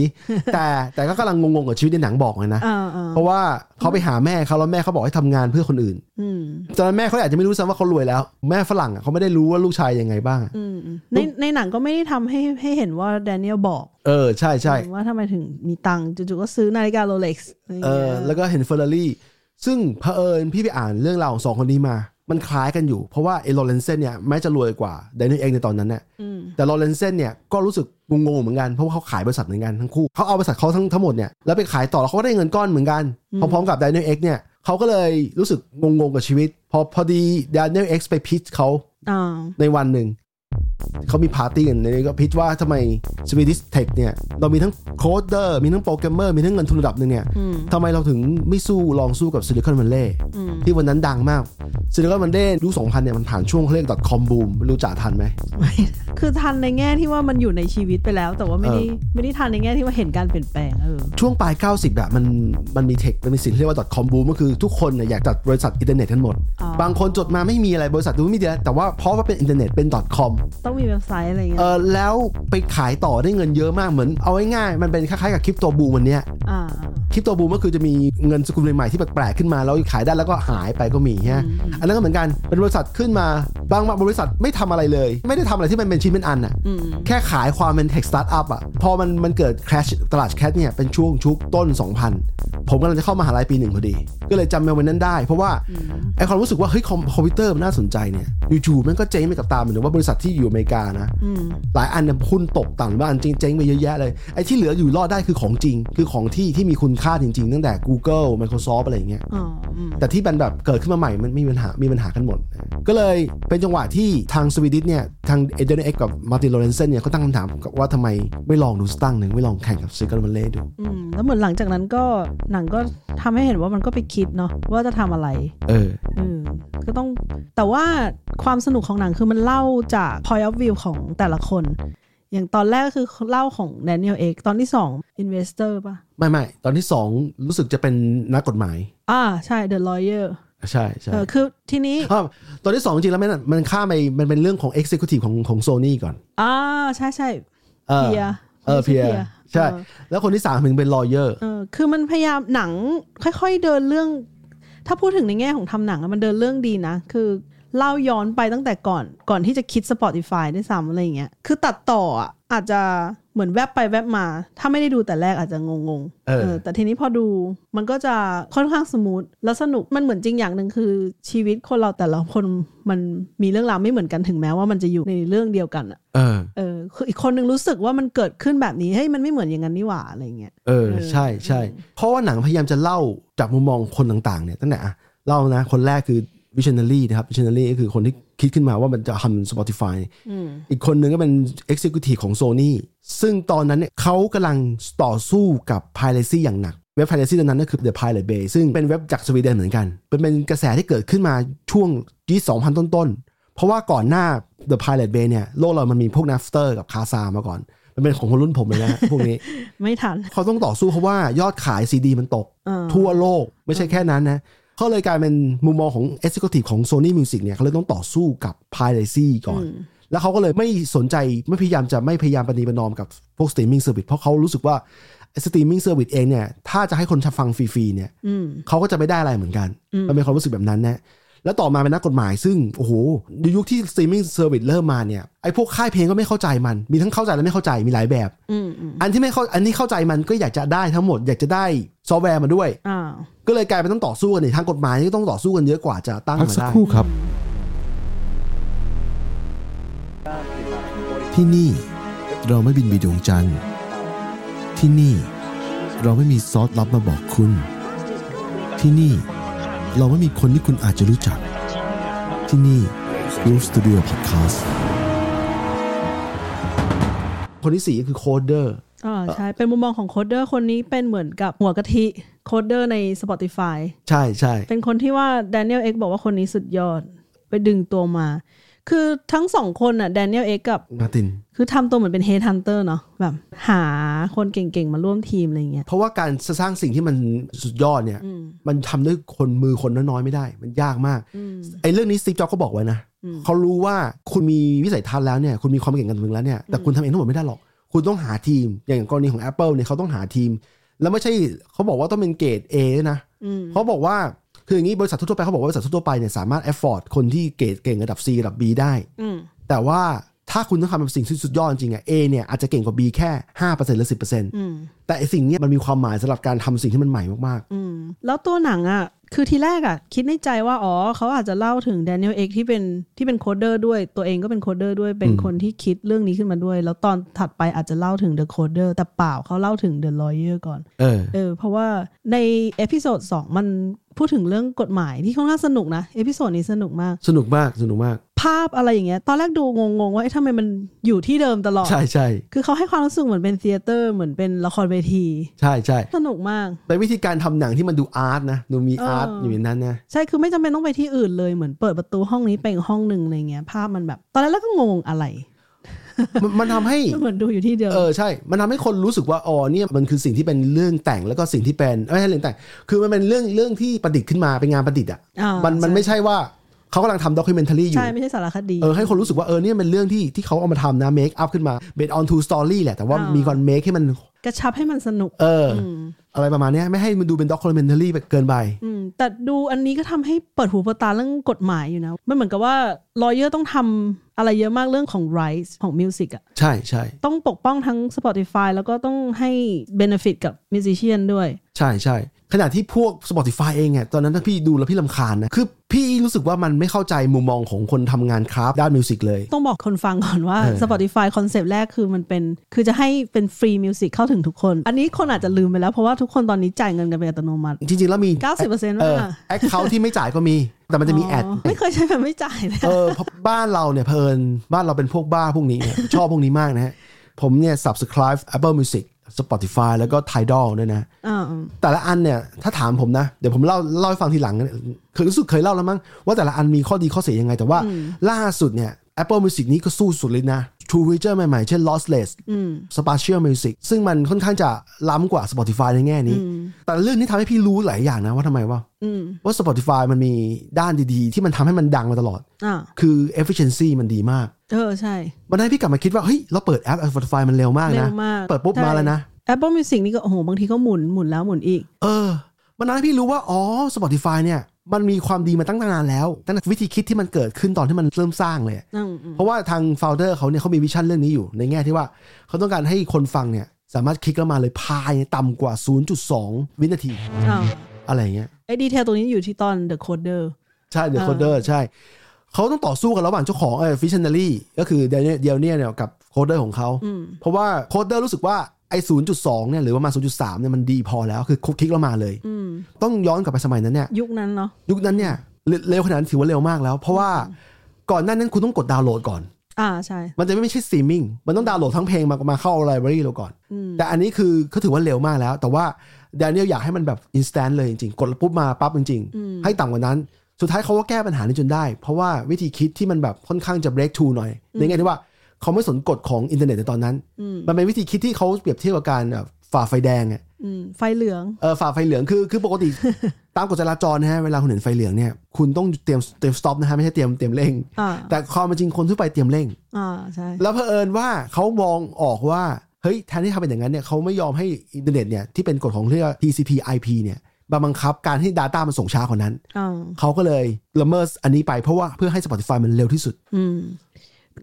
Speaker 2: แต่แต่ก็กำลังงงๆกับชีวิตในหนังบอกเลยนะ
Speaker 1: อ่าอ่า
Speaker 2: เพราะว่าเขาไปหาแม่เขาแล้วแม่เขาบอกให้ทำงานเพื่อคนอื่น
Speaker 1: อืม
Speaker 2: ตอนนั้นแม่เขาอาจจะไม่รู้ซ้ำว่าเขารวยแล้ว แม่ฝรั่งอะเขาไม่ได้รู้ว่าลูกชายยังไงบ้างอะ
Speaker 1: อืมอืมในในหนังก็ไม่ได้ทำให้ให้เห็นว่าแดเนียลบอก
Speaker 2: เออใช่ใช่
Speaker 1: ว่าทำไมถึงมีตังค์จู่ๆก็ซื้อนาฬิกาโรเล็กซ์
Speaker 2: เออแล้วก็เห็นเฟอร์รารี่ซึ่งเผอิญพี่ไปอ่านเรื่องราวของสองคนนี้มา มันคล้ายกันอยู่เพราะว่าไอ้โรเลนเซนเนี่ยแม้จะรวยกว่าไดเนลเองในตอนนั้นเนี่ย
Speaker 1: อืม
Speaker 2: แต่ลอเรนเซนเนี่ยก็รู้สึกงงๆเหมือนกัน เพราะว่าเขาขายบริษัทเหมือนกันทั้งคู่เขาเอาบริษัทเขาทั้งทั้งหมดเนี่ยแล้วไปขายต่อแล้วเขาก็ได้เงินก้อนเหมือนกัน พร้อมๆกับด a เนียลเอ็กเนี่ยเขาก็เลยรู้สึกงงๆกับชีวิต พอพอดีด a เนียลเอ็กไปพิชเขา
Speaker 1: อ่า
Speaker 2: ในวันหนึ่ง เขามีปาร์ตี้กันในนี้ก็พิชว่าทำไมสวีดิสเทคเนี่ยเรามีทั้งโคดเดอร์มีทั้งโปรแกรมเมอร์มีทั้งเงินทุนระดับหนึ่งเนี่ย
Speaker 1: อืม
Speaker 2: ทำไมเราถึงไม่สู้ลองสู้กับซิลิคอนวัลเลย์
Speaker 1: อืม
Speaker 2: ที่วันนั้นดังมากซิลิคอนวัลเลย์ยุค2000เนี่ยมันผ่านช่วงเขาเรียกดอทคอมบูมรู้จักทันไหม
Speaker 1: <laughs> คือทันในแง่ที่ว่ามันอยู่ในชีวิตไปแล้ว แต่ว่าไม่ได้
Speaker 2: เออ
Speaker 1: ไม่ได้ทันในแง่ที่ว่าเห็นการเปลี่ยนแปลงเออ
Speaker 2: ช่วงปลาย 90อะมันมันมีเทค มันมีสิ่งที่เรียกว่า .com boom ก็คือทุกคนเนี่ยอยากจัดบริษัทอินเทอร์เน็ตกันหมด
Speaker 1: อ๋อ
Speaker 2: บางคนจดมาไม่มีอะไรบริษัทดูไม่มีอะไรแต่ว่าเพราะว่าเป็นอินเทอร์เน็ตเป็น .com
Speaker 1: ต้องมีเว็บไซต์อะไรเงี้
Speaker 2: เอย อแล้วไปขายต่อได้เงินเยอะมากเหมือนเอาง่ายๆมันเป็นคล้ายๆกับคริปโตบูมวันเนี้ย
Speaker 1: อ่า
Speaker 2: คริปโตบูมก็คือจะมีเงินสกุลใหม่ๆที่แปลกๆขึ้นมาแล้วขายได้แล้วก็หายไปก็มีฮะ
Speaker 1: อืม
Speaker 2: อันนั้นก็เหมือนกันเป็นบริษัทขึ้นมาบางบริษัทไม่ทำอะไรเลย ไม่ได้ทำอะไรที่มันเป็นชิ้นเป็นอันอะ
Speaker 1: อืม
Speaker 2: แค่ขายความเป็น tech startup อ่ะ พอมันมันเกิด crash ตลาดแคชเนี่ย เป็นช่วงชุกต้น 2000 ผมกำลังจะเข้ามหาลัยปีหนึ่งพอดี ก็เลยจำเมลวันนั้นได้ เพราะว่า ไอความรู้สึกว่า เฮ้ย คอมคอมพิวเตอร์มันน่าสนใจเนี่ยอยู่ๆมันก็เจ๊งไปกับตามเหมือนว่าบริษัทที่อยู่อเมริกานะ
Speaker 1: อืม
Speaker 2: หลายอันเนี่ยหุ้นตกต่ำหรือว่าอันเจ๊งๆไปเยอะแยะเลย ไอ้ที่เหลืออยู่รอดได้คือของจริง คือของที่ที่มีคุณค่าจริงๆ ตั้งแต่ Google Microsoft อะไรอย่างเงี้ย
Speaker 1: อ๋ออืม
Speaker 2: แต่ที่มันแบบเกิดขึ้นมาใหม่มันมีปัญหามีปัญหากันหมด ก็เลยเป็นจังหวะที่ทางสวีดิชเนี่ย ทางเอเดนเอ็กกับมาร์ตินโลเรนเซนเนี่ยเขาตั้งคำถามกับว่าทำไมไม่ลองดูสกตั้งหนึ่งไม่ลองแข่งกับซิกเกิลมันเล่ดู
Speaker 1: อืมแล้วเหมือนหลังจากนั้นก็หนังก็ทำให้เห็นว่ามันก็ไปคิดเนาะว่าจะทำอะไร
Speaker 2: เออ
Speaker 1: อืมก็ต้องแต่ว่าความสนุกของหนังคือมันเล่าจาก point of view ของแต่ละคน อย่างตอนแรกคือเล่าของ Daniel Ek ตอนที่สอง investor ป่ะ
Speaker 2: ไม่ไม่ตอนที่ 2 รู้สึกจะเป็นนักกฎหมาย
Speaker 1: อ่าใช่ The lawyer
Speaker 2: ใช่ใช่
Speaker 1: เออคือทีนี้
Speaker 2: อ้าวตอนที่ 2 จริงๆแล้วมันมันข้ามไปมันเป็นเรื่องของ Executive ของของโซนี่ก่อน
Speaker 1: อ่าใช่ใช่
Speaker 2: เออ
Speaker 1: เพีย
Speaker 2: เออเพียใช่
Speaker 1: เออ
Speaker 2: แล้วคนที่ 3 ถึงเป็นลอเยอร์
Speaker 1: เออคือมันพยายามหนังค่อยๆเดินเรื่อง ถ้าพูดถึงในแง่ของทำหนังอะมันเดินเรื่องดีนะ คือเล่าย้อนไปตั้งแต่ก่อนก่อนที่จะคิด Spotify ด้วยซ้ำอะไรอย่างเงี้ยคือตัดต่ออะอาจจะเหมือนแวบไปแวบมา ถ้าไม่ได้ดูแต่แรกอาจจะงงๆ
Speaker 2: เออ
Speaker 1: เออแต่ทีนี้พอดูมันก็จะค่อนข้างสมูทแล้วสนุกมันเหมือนจริงอย่างหนึ่งคือ ชีวิตคนเราแต่ละคนมันมีเรื่องราวไม่เหมือนกันถึงแม้ว่ามันจะอยู่ในเรื่องเดียวกันอะ
Speaker 2: เออ
Speaker 1: เออคืออีกคนนึงรู้สึกว่ามันเกิดขึ้นแบบนี้เฮ้ยมันไม่เหมือนอย่างนั้นนี่หว่าอะไรเงี้ย
Speaker 2: เออ
Speaker 1: เออ
Speaker 2: ใช่ใช่ เพราะว่าหนังพยายามจะเล่าจากมุมมองคนต่างๆเนี่ยตั้งแต่อ่ะเล่านะ คนแรกคือวิช i o น a r y นะครับวิช i o น a r y ก็คือคนที่คิดขึ้นมาว่ามันจะทำ Spotify
Speaker 1: อืม
Speaker 2: อีกคนหนึ่งก็เป็น Executive ของ Sony ซึ่งตอนนั้นเนี่ยเขากำลังต่อสู้กับ Piracy อย่างหนัก เว็บ Piracy ตอนนั้นก็คือ The Pirate Bay ซึ่งเป็นเว็บจากสวีเดนเหมือนกัน เป็นเป็นกระแสที่เกิดขึ้นมาช่วงยี่2000 ต้นๆ เพราะว่าก่อนหน้า The Pirate Bay เนี่ยโลกเรามันมีพวก Napster กับ Kazaa มาก่อน มันเป็นของคนรุ่นผมเลยนะฮะ <laughs> พวกนี้
Speaker 1: ไม่ทัน
Speaker 2: เขาต้องต่อสู้เพราะว่ายอดขายซีดีมันตก
Speaker 1: เออ
Speaker 2: ทั่วโลกไม่ใช่แค่นั้นนะเขาเลยกลายเป็นมุมมองของ Executive ของ Sony Music เนี่ยเขาเลยต้องต่อสู้กับ Piracy ก่อน แล้วเขาก็เลยไม่สนใจไม่พยายามจะไม่พยายามปฏิบัตินอมกับพวก Streaming Service เพราะเขารู้สึกว่า Streaming Service เองเนี่ย ถ้าจะให้คนฟังฟรีๆเนี่ย
Speaker 1: อืม
Speaker 2: เขาก็จะไม่ได้อะไรเหมือนกัน
Speaker 1: อืม
Speaker 2: มันเป็นความรู้สึกแบบนั้นนะ แล้วต่อมาเป็นนักกฎหมายซึ่งโอ้โหในยุคที่ streaming service เริ่มมาเนี่ยไอ้พวกค่ายเพลงก็ไม่เข้าใจมัน มีทั้งเข้าใจและไม่เข้าใจมีหลายแบบ
Speaker 1: อืมอืม
Speaker 2: อันที่ไม่เข้าอันนี้เข้าใจมันก็อยากจะได้ทั้งหมด อยากจะได้ซอฟต์แวร์มาด้วย
Speaker 1: อ่า
Speaker 2: ก็เลยกลายเป็นต้องต่อสู้กันในทางกฎหมายนี่ก็ต้องต่อสู้กันเยอะกว่าจะตั้ง
Speaker 3: พัก
Speaker 2: มา
Speaker 3: สัก
Speaker 2: ได้
Speaker 3: ครู่ครับ ที่นี่เราไม่บินไปดวงจันทร์ ที่นี่เราไม่มีซอสลับมาบอกคุณ ที่นี่เราไม่มีคนที่คุณอาจจะรู้จัก ที่นี่ Roof Studio Podcast
Speaker 2: คนที่สี่ก็คือโคดเดอร์
Speaker 1: อ่าใช่ เป็นมุมมองของโคดเดอร์คนนี้เป็นเหมือนกับหัวกะทิโคดเดอร์ใน Spotify
Speaker 2: ใช่ใช่
Speaker 1: เป็นคนที่ว่าแดเนียลเอ็กบอกว่าคนนี้สุดยอด ไปดึงตัวมา คือทั้งสองคนอ่ะแดเนียลเอ็กกับ
Speaker 2: มาติน
Speaker 1: คือทำตัวเหมือนเป็นเฮดฮันเตอร์เนาะแบบหาคนเก่งๆ มาร่วมทีมอะไรอย่างเงี้ย
Speaker 2: เพราะว่าการสร้างสิ่งที่มันสุดยอดเนี่ย มันทำด้วยคนมือคนน้อยๆไม่ได้ มันยากมากไอ้เรื่องนี้ซีจ็อกก็บอกไว้นะเขารู้ว่าคุณมีวิสัยทัศน์แล้วเนี่ย คุณมีความเก่งกันถึงแล้วเนี่ย แต่คุณทำเองทั้งหมดไม่ได้หรอก คุณต้องหาทีม อย่างกรณีของ Apple เนี่ยเขาต้องหาทีม แล้วไม่ใช่เขาบอกว่าต้องเป็นเกรด A ด้วยนะเขาบอกว่าคืออย่างนี้บริษัททั่วๆไปเขาบอกว่าบริษัททั่วๆไปเนี่ยสามารถ afford คนที่เกรดเก่งระดับ C ระดับ B ได้
Speaker 1: อืม
Speaker 2: แต่ว่าถ้าคุณต้องทำเป็นสิ่งที่สุดยอดจริงๆอะ A เนี่ยอาจจะเก่งกว่า B แค่5%หรือ10%
Speaker 1: อืม
Speaker 2: แต่ไอ้สิ่งเนี้ยมันมีความหมายสำหรับการทำสิ่งที่มันใหม่มาก
Speaker 1: อืม แล้วตัวหนังอ่ะ คือทีแรกอ่ะ คิดในใจว่า อ๋อ เขาอาจจะเล่าถึงแดเนียลเอ็กที่เป็นที่เป็นโคดเดอร์ด้วย ตัวเองก็เป็นโคดเดอร์ด้วย เป็นคนที่คิดเรื่องนี้ขึ้นมาด้วย แล้วตอนถัดไปอาจจะเล่าถึงเดอะโคดเดอร์แต่เปล่าเขาเล่าถึงเดอะลอเยอร์ก่อน
Speaker 2: ๆ เออ
Speaker 1: เออเพราะว่าในเอพิโซดสองมันพูดถึงเรื่องกฎหมายที่ค่อนข้างสนุกนะ เอพิโซดนี้สนุกมาก
Speaker 2: สนุกมาก สนุกมาก
Speaker 1: ภาพอะไรอย่างเงี้ย ตอนแรกดูงงๆว่าเอ๊ะทำไมมันอยู่ที่เดิมตลอด
Speaker 2: ใช่ใช่
Speaker 1: คือเขาให้ความรู้สึกเหมือนเป็นเทเตอร์ เหมือนเป็นละครเวที
Speaker 2: ใช่ใช่
Speaker 1: สนุกมาก
Speaker 2: เป็นวิธีการทำหนังที่มันดูอาร์ตนะดูมี
Speaker 1: เอออ
Speaker 2: อาร์ตอยู่ในนั้นนะ
Speaker 1: ใช่คือไม่จำเป็นต้องไปที่อื่นเลยเหมือนเปิดประตูห้องนี้ไปอีกห้องหนึ่งอะไรเงี้ย ภาพมันแบบ ตอนแรกเราก็งงอะไร
Speaker 2: มันมันทำให้
Speaker 1: เหมือนดูอยู่ที่เดิม
Speaker 2: เออใช่ มันทำให้คนรู้สึกว่าอ๋อเนี่ยมันคือสิ่งที่เป็นเรื่องแต่งแล้วก็สิ่งที่เป็นไม่ใช่เรื่องแต่ง คือมันเป็นเรื่องเรื่องที่ประดิษฐ์ขึ้นมาเป็นงานประดิษฐ์อ่ะ
Speaker 1: า
Speaker 2: มันมันไม่ใช่ว่าเขากำลังทำด็อกิเมนทารีอยู่
Speaker 1: ใช่ไม่ใช่สารคดี
Speaker 2: เออให้คนรู้สึกว่าเออเนี่ยเป็นเรื่องที่ที่เขาเอามาทำนะเมคอัพขึ้นมาเบสออนทูสตอรี่แหละแต่ว่า
Speaker 1: อ่ามี
Speaker 2: มีการเมคให้มัน
Speaker 1: กระชับให้มันสนุก
Speaker 2: เออออะไรประมาณเนี้ยไม่ให้มันดูเป็นด็อกิเมนทารีเกินไป
Speaker 1: อืมแต่ดูอันนี้ก็ทำให้เปิดหูเปิดตาเรื่องกฎหมายอยู่นะ มันเหมือนกับว่าลอเยอร์ต้องทำอะไรเยอะมากเรื่องของ rights ของ music อะ
Speaker 2: ใช่ใช่
Speaker 1: ต้องปกป้องทั้ง Spotify แล้วก็ต้องให้ benefit กับ musician ด้วย
Speaker 2: ใช่ใช่ขณะที่พวก Spotify เองเนี่ยตอนนั้นถ้าพี่ดูแล้วพี่ลำคาญนะ คือพี่รู้สึกว่ามันไม่เข้าใจมุมมองของคนทำงานคราฟต์ด้านมิวสิกเลย
Speaker 1: ต้องบอกคนฟังก่อนว่า
Speaker 2: เออ
Speaker 1: Spotify คอนเซปต์แรกคือมันเป็น คือจะให้เป็นฟรีมิวสิกเข้าถึงทุกคน อันนี้คนอาจจะลืมไปแล้ว เพราะว่าทุกคนตอนนี้จ่ายเงินกันเป็นอัตโนมัติ
Speaker 2: จริง ๆ แล้วมี
Speaker 1: 90%ว่า
Speaker 2: เออแอคเคาท์ที่ไม่จ่ายก็มี แต่มันจะมีแอด
Speaker 1: ไม่เคยใช้แบบไม่จ่ายเลย
Speaker 2: <laughs> เออเพราะบ้านเราเนี่ยเพลินบ้านเราเป็นพวกบ้าพวกนี้เนี่ย <laughs> ชอบพวกนี้มากนะฮะ ผมเนี่ย subscribe Apple Music Spotify แล้วก็ Tidal ด้วยนะ
Speaker 1: อ่า
Speaker 2: แต่ละอันเนี่ยถ้าถามผมนะ เดี๋ยวผมเล่าเล่าให้ฟังทีหลังเคยรู้สึกเคยเล่าแล้วมั้งว่าแต่ละอันมีข้อดีข้อเสียยังไง แต่ว่าล่าสุดเนี่ย Apple Music นี้ก็สู้สุดเลยนะ True Feature ใหม่ๆ เช่น Lossless Spatial Music ซึ่งมันค่อนข้างจะล้ำกว่า Spotify ในแง่นี้ แต่เรื่องนี้ทำให้พี่รู้หลายอย่างนะว่าทำไมว่า
Speaker 1: อืม
Speaker 2: ว่า Spotify มันมีด้านดีๆ ที่มันทำให้มันดังมาตลอด
Speaker 1: อ่า
Speaker 2: คือ efficiency มันดีมาก
Speaker 1: เออใช่
Speaker 2: มันให้พี่กลับมาคิดว่าเฮ้ยเราเปิดแอป Spotify มันเร็วมาก
Speaker 1: เร็
Speaker 2: นะ
Speaker 1: วมาก
Speaker 2: เปิดปุ๊บ
Speaker 1: ใช่
Speaker 2: มาแล้วนะ
Speaker 1: Apple Music นี่ก็โอ้โหบางทีก็หมุนหมุนแล้วหมุนอีก
Speaker 2: เออ มันทำให้พี่รู้ว่า อ๋อ Spotify เนี่ย มันมีความดีมาตั้งนานแล้ว ตั้งแต่วิธีคิดที่มันเกิดขึ้นตอนที่มันเริ่มสร้างเลย
Speaker 1: อืมอืม
Speaker 2: เพราะว่าทางโฟลเดอร์เขาเนี่ยเขามีวิชั่นเรื่องนี้อยู่ ในแง่ที่ว่า เขาต้องการให้คนฟังเนี่ย สามารถคลิกแล้วมาเลยภายในต่ำกว่า 0.2 วินาที
Speaker 1: อ้าว
Speaker 2: อะไรอย่างเงี้ย
Speaker 1: ไอ้ดีเทลตรงนี้อยู่ที่ตอน The Coder
Speaker 2: ใช่เดอะโคเดอร์ใช่ เขาต้องต่อสู้กันระหว่างเจ้าของเออฟิชเชนรี่ก็คือเดเดียลเนี่ยเนี่ยกับโคเดอร์ของเขา เพราะว่าโคเดอร์รู้สึกว่าไอ้ศูนย์จุดสองเนี่ยหรือว่ามาศูนย์จุดสามเนี่ยมันดีพอแล้วคือคลิกแล้วมาเลย ต้องย้อนกลับไปสมัยนั้นเนี่ย
Speaker 1: ยุคนั้นเนาะ
Speaker 2: ยุคนั้นเนี่ยเรเร็วขนาดนั้นถือว่าเร็วมากแล้ว เพราะว่าก่อนหน้านั้นคุณต้องกดดาวน์โหลดก่อน
Speaker 1: อ่าใช่
Speaker 2: มันจะไม่ใช่สตรีมมิ่งมันต้องดาวน์โหลดทั้งเพลงมามาเข้าไลบรารีเราก่อน แต่อันนี้คือก็ถือว่าเร็วมากแล้ว แต่ว่าแดเนียลอยากให้มันแบบอินสแตนเลยจริงๆ กดปุ๊บมาปั๊บจริงๆ ให้ต่ำกว่านั้น สุดท้ายเขาก็แก้ปัญหานี้จนได้ เพราะว่าวิธีคิดที่มันแบบค่อนข้างจะ break through หน่อย ในแง่ที่ว่าเขาไม่สนกฎของอินเทอร์เน็ตในตอนนั้น มันเป็นวิธีคิดที่เขาเปรียบเทียบกับการแบบฝ่าไฟแดงอะ
Speaker 1: อืมไฟเหลือง
Speaker 2: เออฝ่าไฟเหลืองคือคือปก <laughs> ติ ตามกฎจราจรนะฮะเวลาคุณเห็นไฟเหลืองเนี่ยคุณต้องเตรียมเตรียมสต็อปนะฮะไม่ใช่เตรียมเตรียมเร่ง
Speaker 1: อ่า
Speaker 2: แต่ความเป็นจริงคนทั่วไปเตรียมเร่ง
Speaker 1: อ่าใช่
Speaker 2: แล้วเผอิญว่าเขามองออกว่าเฮ้ยแทนที่จะเป็นอย่างนั้นเนี่ยเขาไม่ยอมให้อินเทอร์เน็ตเนี่ยที่เป็นกฎของเรียกว่า TCP/IP เนี่ย มาบังคับการให้ Data มันส่งช้ากว่านั้น
Speaker 1: อ่า
Speaker 2: เขาก็เลยละเมิดอันนี้ไปเพราะว่าเพื่อให้ Spotify มันเร็วที่สุด
Speaker 1: อืม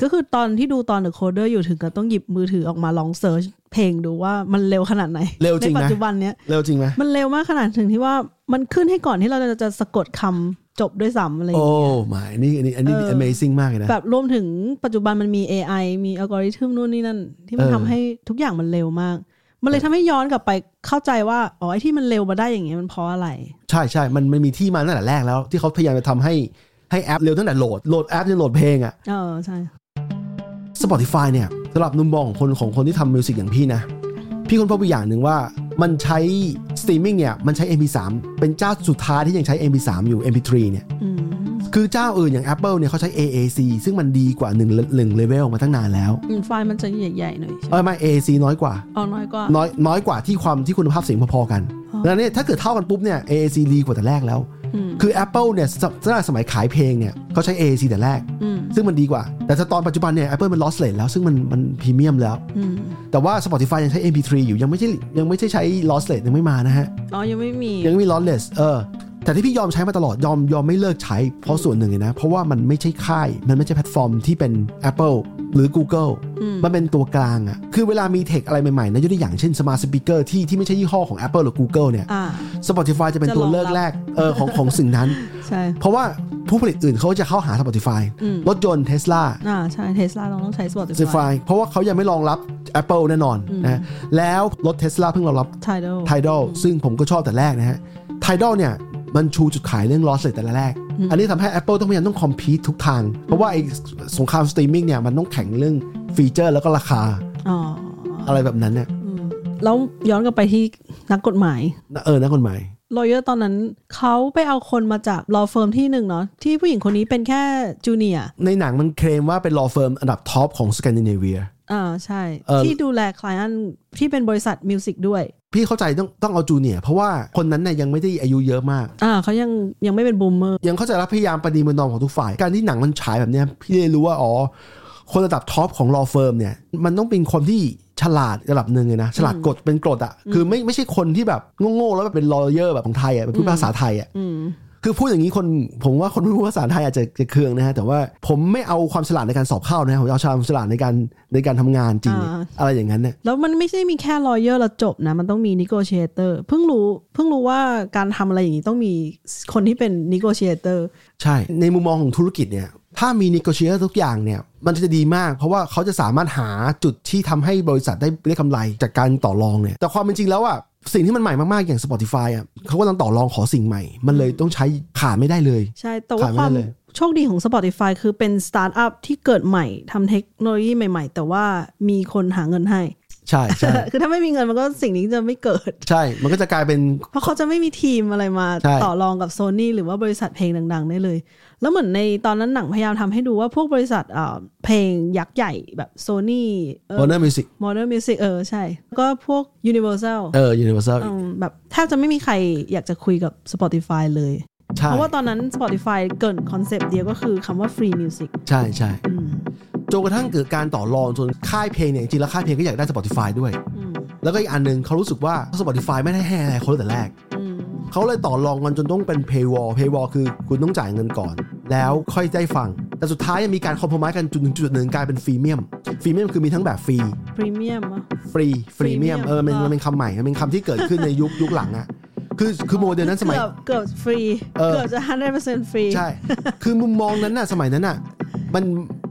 Speaker 1: ก็คือตอนที่ดูตอน The Coder อยู่ถึงกับต้องหยิบมือถือออกมาลองเซิร์ชเพลงดูว่ามันเร็วขนาดไหน
Speaker 2: เร็วจริงนะ
Speaker 1: ในปัจจุบันเนี้ย
Speaker 2: เร็วจริงไหม
Speaker 1: มันเร็วมากขนาดถึงที่ว่ามันขึ้นให้ก่อนที่เราจะจะสะกดคำจบด้วยซ้ำอะไรอย่าง
Speaker 2: โอ้
Speaker 1: เงี้ย
Speaker 2: มาอันนี้อันนี้อันนี้
Speaker 1: เออ
Speaker 2: amazing มากเลยนะ
Speaker 1: แบบรวมถึงปัจจุบันมันมี AI มีอัลกอริทึมนู่นนี่นั่น ที่มัน
Speaker 2: เออ
Speaker 1: ทำให้ทุกอย่างมันเร็วมาก มันเลยทำให้ย้อนกลับไปเข้าใจว่า อ๋อไอ้ที่มันเร็วมาได้อย่างเงี้ยมันเพราะอะไร
Speaker 2: ใช่ใช่มันมันมีที่มาตั้งแต่แรกแล้ว ที่เขาพยายามจะทำให้ให้แอปเร็วตั้งแต่โหลดโหลดแอปจนโหลดเพลงอะ
Speaker 1: เออใช่
Speaker 2: Spotify เนี่ยสำหรับมุมมองของคนของคนที่ทำมิวสิกอย่างพี่นะ พี่คนพบอีกอย่างหนึ่งว่ามันใช้สตรีมมิ่งเนี่ย มันใช้ MP3 เป็นเจ้าสุดท้ายที่ยังใช้ MP3 อยู่ MP3 เนี่ย
Speaker 1: อืม
Speaker 2: คือเจ้าอื่นอย่าง Apple เนี่ยเขาใช้ AAC ซึ่งมันดีกว่า1นึ่งเลเวลมาตั้งนานแล้ว
Speaker 1: อืมไฟล์มันจะใหญ่ๆหน่อยใช่ไห
Speaker 2: เอ
Speaker 1: ม
Speaker 2: อไม่ AAC น้อยกว่า
Speaker 1: เอาน้อยกว่า
Speaker 2: น้อยน้อยกว่าที่ความที่คุณภาพเสียงพอๆกัน
Speaker 1: อ๋อ
Speaker 2: แล้วเนี่ยถ้าเกิดเท่ากันปุ๊บเนี่ย AAC ดีกว่าแต่แรกแล้ว
Speaker 1: อืม
Speaker 2: คือ Apple เนี่ยสำหรับสมัยขายเพลงเนี่ยเขาใช้ AAC แต่แรก
Speaker 1: อืม
Speaker 2: ซึ่งมันดีกว่า แต่ตอนปัจจุบันเนี่ย Apple มัน lossless แล้วซึ่งมันมัน premium แล้ว
Speaker 1: อืม
Speaker 2: แต่ว่า Spotify ยังใช้ MP3 อยู่ยังไม่ใช่ยังไม่ใช่ใช้ lossless ยังไม่มานะฮะ
Speaker 1: อ๋อยังไม่มี
Speaker 2: ยังไม่มี lossless เออ แต่ที่พี่ยอมใช้มาตลอดยอมยอมไม่เลิกใช้เพราะส่วนหนึ่งเลยนะ เพราะว่ามันไม่ใช่ค่าย มันไม่ใช่แพลตฟอร์มที่เป็น Apple หรือ Google
Speaker 1: อืม
Speaker 2: มันเป็นตัวกลางอะคือเวลามีเทคอะไรใหม่ๆนะยกตัวอย่างเช่น smart speaker ที่ที่ไม่ใช่ยี่ห้อของ Apple หรือ Google เนี่ย
Speaker 1: อ่า
Speaker 2: Spotify จะเป็นตัวเลือกแรกเออของของสิ่งนั้น
Speaker 1: ใช่
Speaker 2: เพราะว่าผู้ผลิตอื่นเขาจะเข้าหา Spotify
Speaker 1: อืม
Speaker 2: รถยนต์ Tesla
Speaker 1: อ่าใช่เทสลาเราต้องใช้
Speaker 2: s p o t
Speaker 1: Spotify
Speaker 2: i f y เพราะว่าเขายังไม่รองรับ Apple แน่นอนนะแล้วรถ Tesla เพิ่งรองรับ
Speaker 1: Tidal
Speaker 2: Tidal ซึ่งผมก็ชอบแต่แรกนะฮะ Tidal เนี่ย มันชูจุดขายเรื่อง lossless แต่ละแรก อันนี้ทำให้ Apple ต้องพยายามต้อง compete ทุกทาง เพราะว่าไอ้สงครามสตรีมมิ่งเนี่ย มันต้องแข่งเรื่องฟีเจอร์แล้วก็ราคา
Speaker 1: อ๋อ
Speaker 2: อะไรแบบนั้นเนี่ย
Speaker 1: อืมแล้วย้อนกลับไปที่นักกฎหมาย
Speaker 2: เออนะคนใหม่
Speaker 1: ลอเยอร์ตอนนั้นเขาไปเอาคนมาจาก law firm ที่หนึ่งเนาะที่ผู้หญิงคนนี้เป็นแค่จูเนียร์
Speaker 2: ในหนังมันเคลมว่าเป็น law firm อันดับท็อปของสแกนดิเนเวีย
Speaker 1: อ่าใช่
Speaker 2: เอ่อ
Speaker 1: ที่ดูแลคล i e n นที่เป็นบริษัทมิวสิกด้วย
Speaker 2: พี่เข้าใจต้องต้องเอาจูเนียร์เพราะว่าคนนั้นเนี่ยยังไม่ได้อายุเยอะมาก
Speaker 1: อ่าเขายังยังไม่เป็นบูมเมอร์
Speaker 2: ยังเข้าใจรับพยายามปฏิบัตินอมของทุกฝ่าย การที่หนังมันฉายแบบเนี้ยพี่ได้รู้ว่า อ๋อ คนระดับท็อปของ law firm เนี่ย มันต้องเป็นคนที่ฉลาดระดับหนึ่งเลยนะ ฉลาดกฎเป็นกฎอะคือไม่ไม่ใช่คนที่แบบโง่ๆแล้วแบบเป็น lawyer แบบของไทยอะเป็นผู้พิพากษาไทยอะ
Speaker 1: อืม
Speaker 2: คือพูดอย่างนี้คนผมว่าคนผู้พิพากษาไทยอาจจะจะเคืองนะฮะ แต่ว่าผมไม่เอาความฉลาดในการสอบเข้านะผมเอาความฉลาดในการในการทำงานจริงเนี่ย
Speaker 1: อ่า
Speaker 2: อะไรอย่างนั้นเนี่ย
Speaker 1: แล้วมันไม่ใช่มีแค่ลอเยอร์แล้วจบนะ มันต้องมี negotiator เพิ่งรู้เพิ่งรู้ว่าการทำอะไรอย่างนี้ต้องมีคนที่เป็น negotiator
Speaker 2: ใช่ ในมุมมองของธุรกิจเนี่ย ถ้ามี negotiator ทุกอย่างเนี่ย มันจะดีมาก เพราะว่าเขาจะสามารถหาจุดที่ทำให้บริษัทได้ได้กำไรจากการต่อรองเนี่ย แต่ความเป็นจริงแล้วอ่ะ สิ่งที่มันใหม่มากๆ อย่าง Spotify อ่ะเขากำลังต่อรองขอสิ่งใหม่ มันเลยต้องใช้ขาดไม่ได้เลย
Speaker 1: ใช่ แต่ว่า
Speaker 2: ขายไม่
Speaker 1: ค
Speaker 2: ได้
Speaker 1: วาม
Speaker 2: เลย
Speaker 1: โชคดีของ Spotify คือเป็นสตาร์ทอัพที่เกิดใหม่ทำเทคโนโลยีใหม่ ๆ แต่ว่ามีคนหาเงินให้
Speaker 2: ใช่ใช่
Speaker 1: <laughs> คือถ้าไม่มีเงินมันก็สิ่งนี้จะไม่เกิด <laughs>
Speaker 2: ใช่ มันก็จะกลายเป็น
Speaker 1: เพราะเขาจะไม่มีทีมอะไรมา
Speaker 2: ใช่
Speaker 1: ต่อรองกับโซ n y หรือว่าบริษัทเพลงดัง ๆ ได้เลย แล้วเหมือนในตอนนั้นหนังพยายามทำให้ดูว่าพวกบริษัทเอ่อเพลงยักษ์ใหญ่แบบโซ n y เออ
Speaker 2: Warner Music
Speaker 1: Modern Music เออ ใช่ ก็พวก Universal
Speaker 2: เออ Universal
Speaker 1: อืมแบบแทบจะไม่มีใครอยากจะคุยกับ Spotify เลย
Speaker 2: ใช่
Speaker 1: เพราะว่าตอนนั้น Spotify เกรินคอนเซปต์เดียวก็คือคำว่า free music
Speaker 2: ใช่ใช่
Speaker 1: อืม
Speaker 2: จนกระทั่งเกิดการต่อรองจนค่ายเพลงเนี่ยจริงๆแล้วค่ายเพลงก็อยากได้ Spotify ด้วย
Speaker 1: อืม
Speaker 2: แล้วก็อีกอันหนึ่งเขารู้สึกว่า Spotify ไม่ได้ให้อะไรเขาแต่แรก
Speaker 1: อืม
Speaker 2: เขาเลยต่อรองกันจนต้องเป็น paywall paywall คือคุณต้องจ่ายเงินก่อน แล้วค่อยได้ฟัง แต่สุดท้ายยังมีการคอม p r o m ม s e กันจุดหนึ่งจุดหนึ่งกลายเป็นฟรีเมียมฟรีเมียมคือมีทั้งแบบฟรี
Speaker 1: พรีเมียมอ่ะ
Speaker 2: ฟรีฟรีเมียม
Speaker 1: Freemium
Speaker 2: เออมัน
Speaker 1: อ่ามั
Speaker 2: มันเป็นคำใหม่มันเป็นคำที่เกิดขึ้นในยุคยุคหลังอ่ะคือคือโมเดลนั้นสมัย
Speaker 1: เกือบเกือบฟรี
Speaker 2: เออ
Speaker 1: เกือบจะ 100%ฟรี
Speaker 2: ใช่ คือมุมมองนั้นน่ะสมัยนั้นน่ะมัน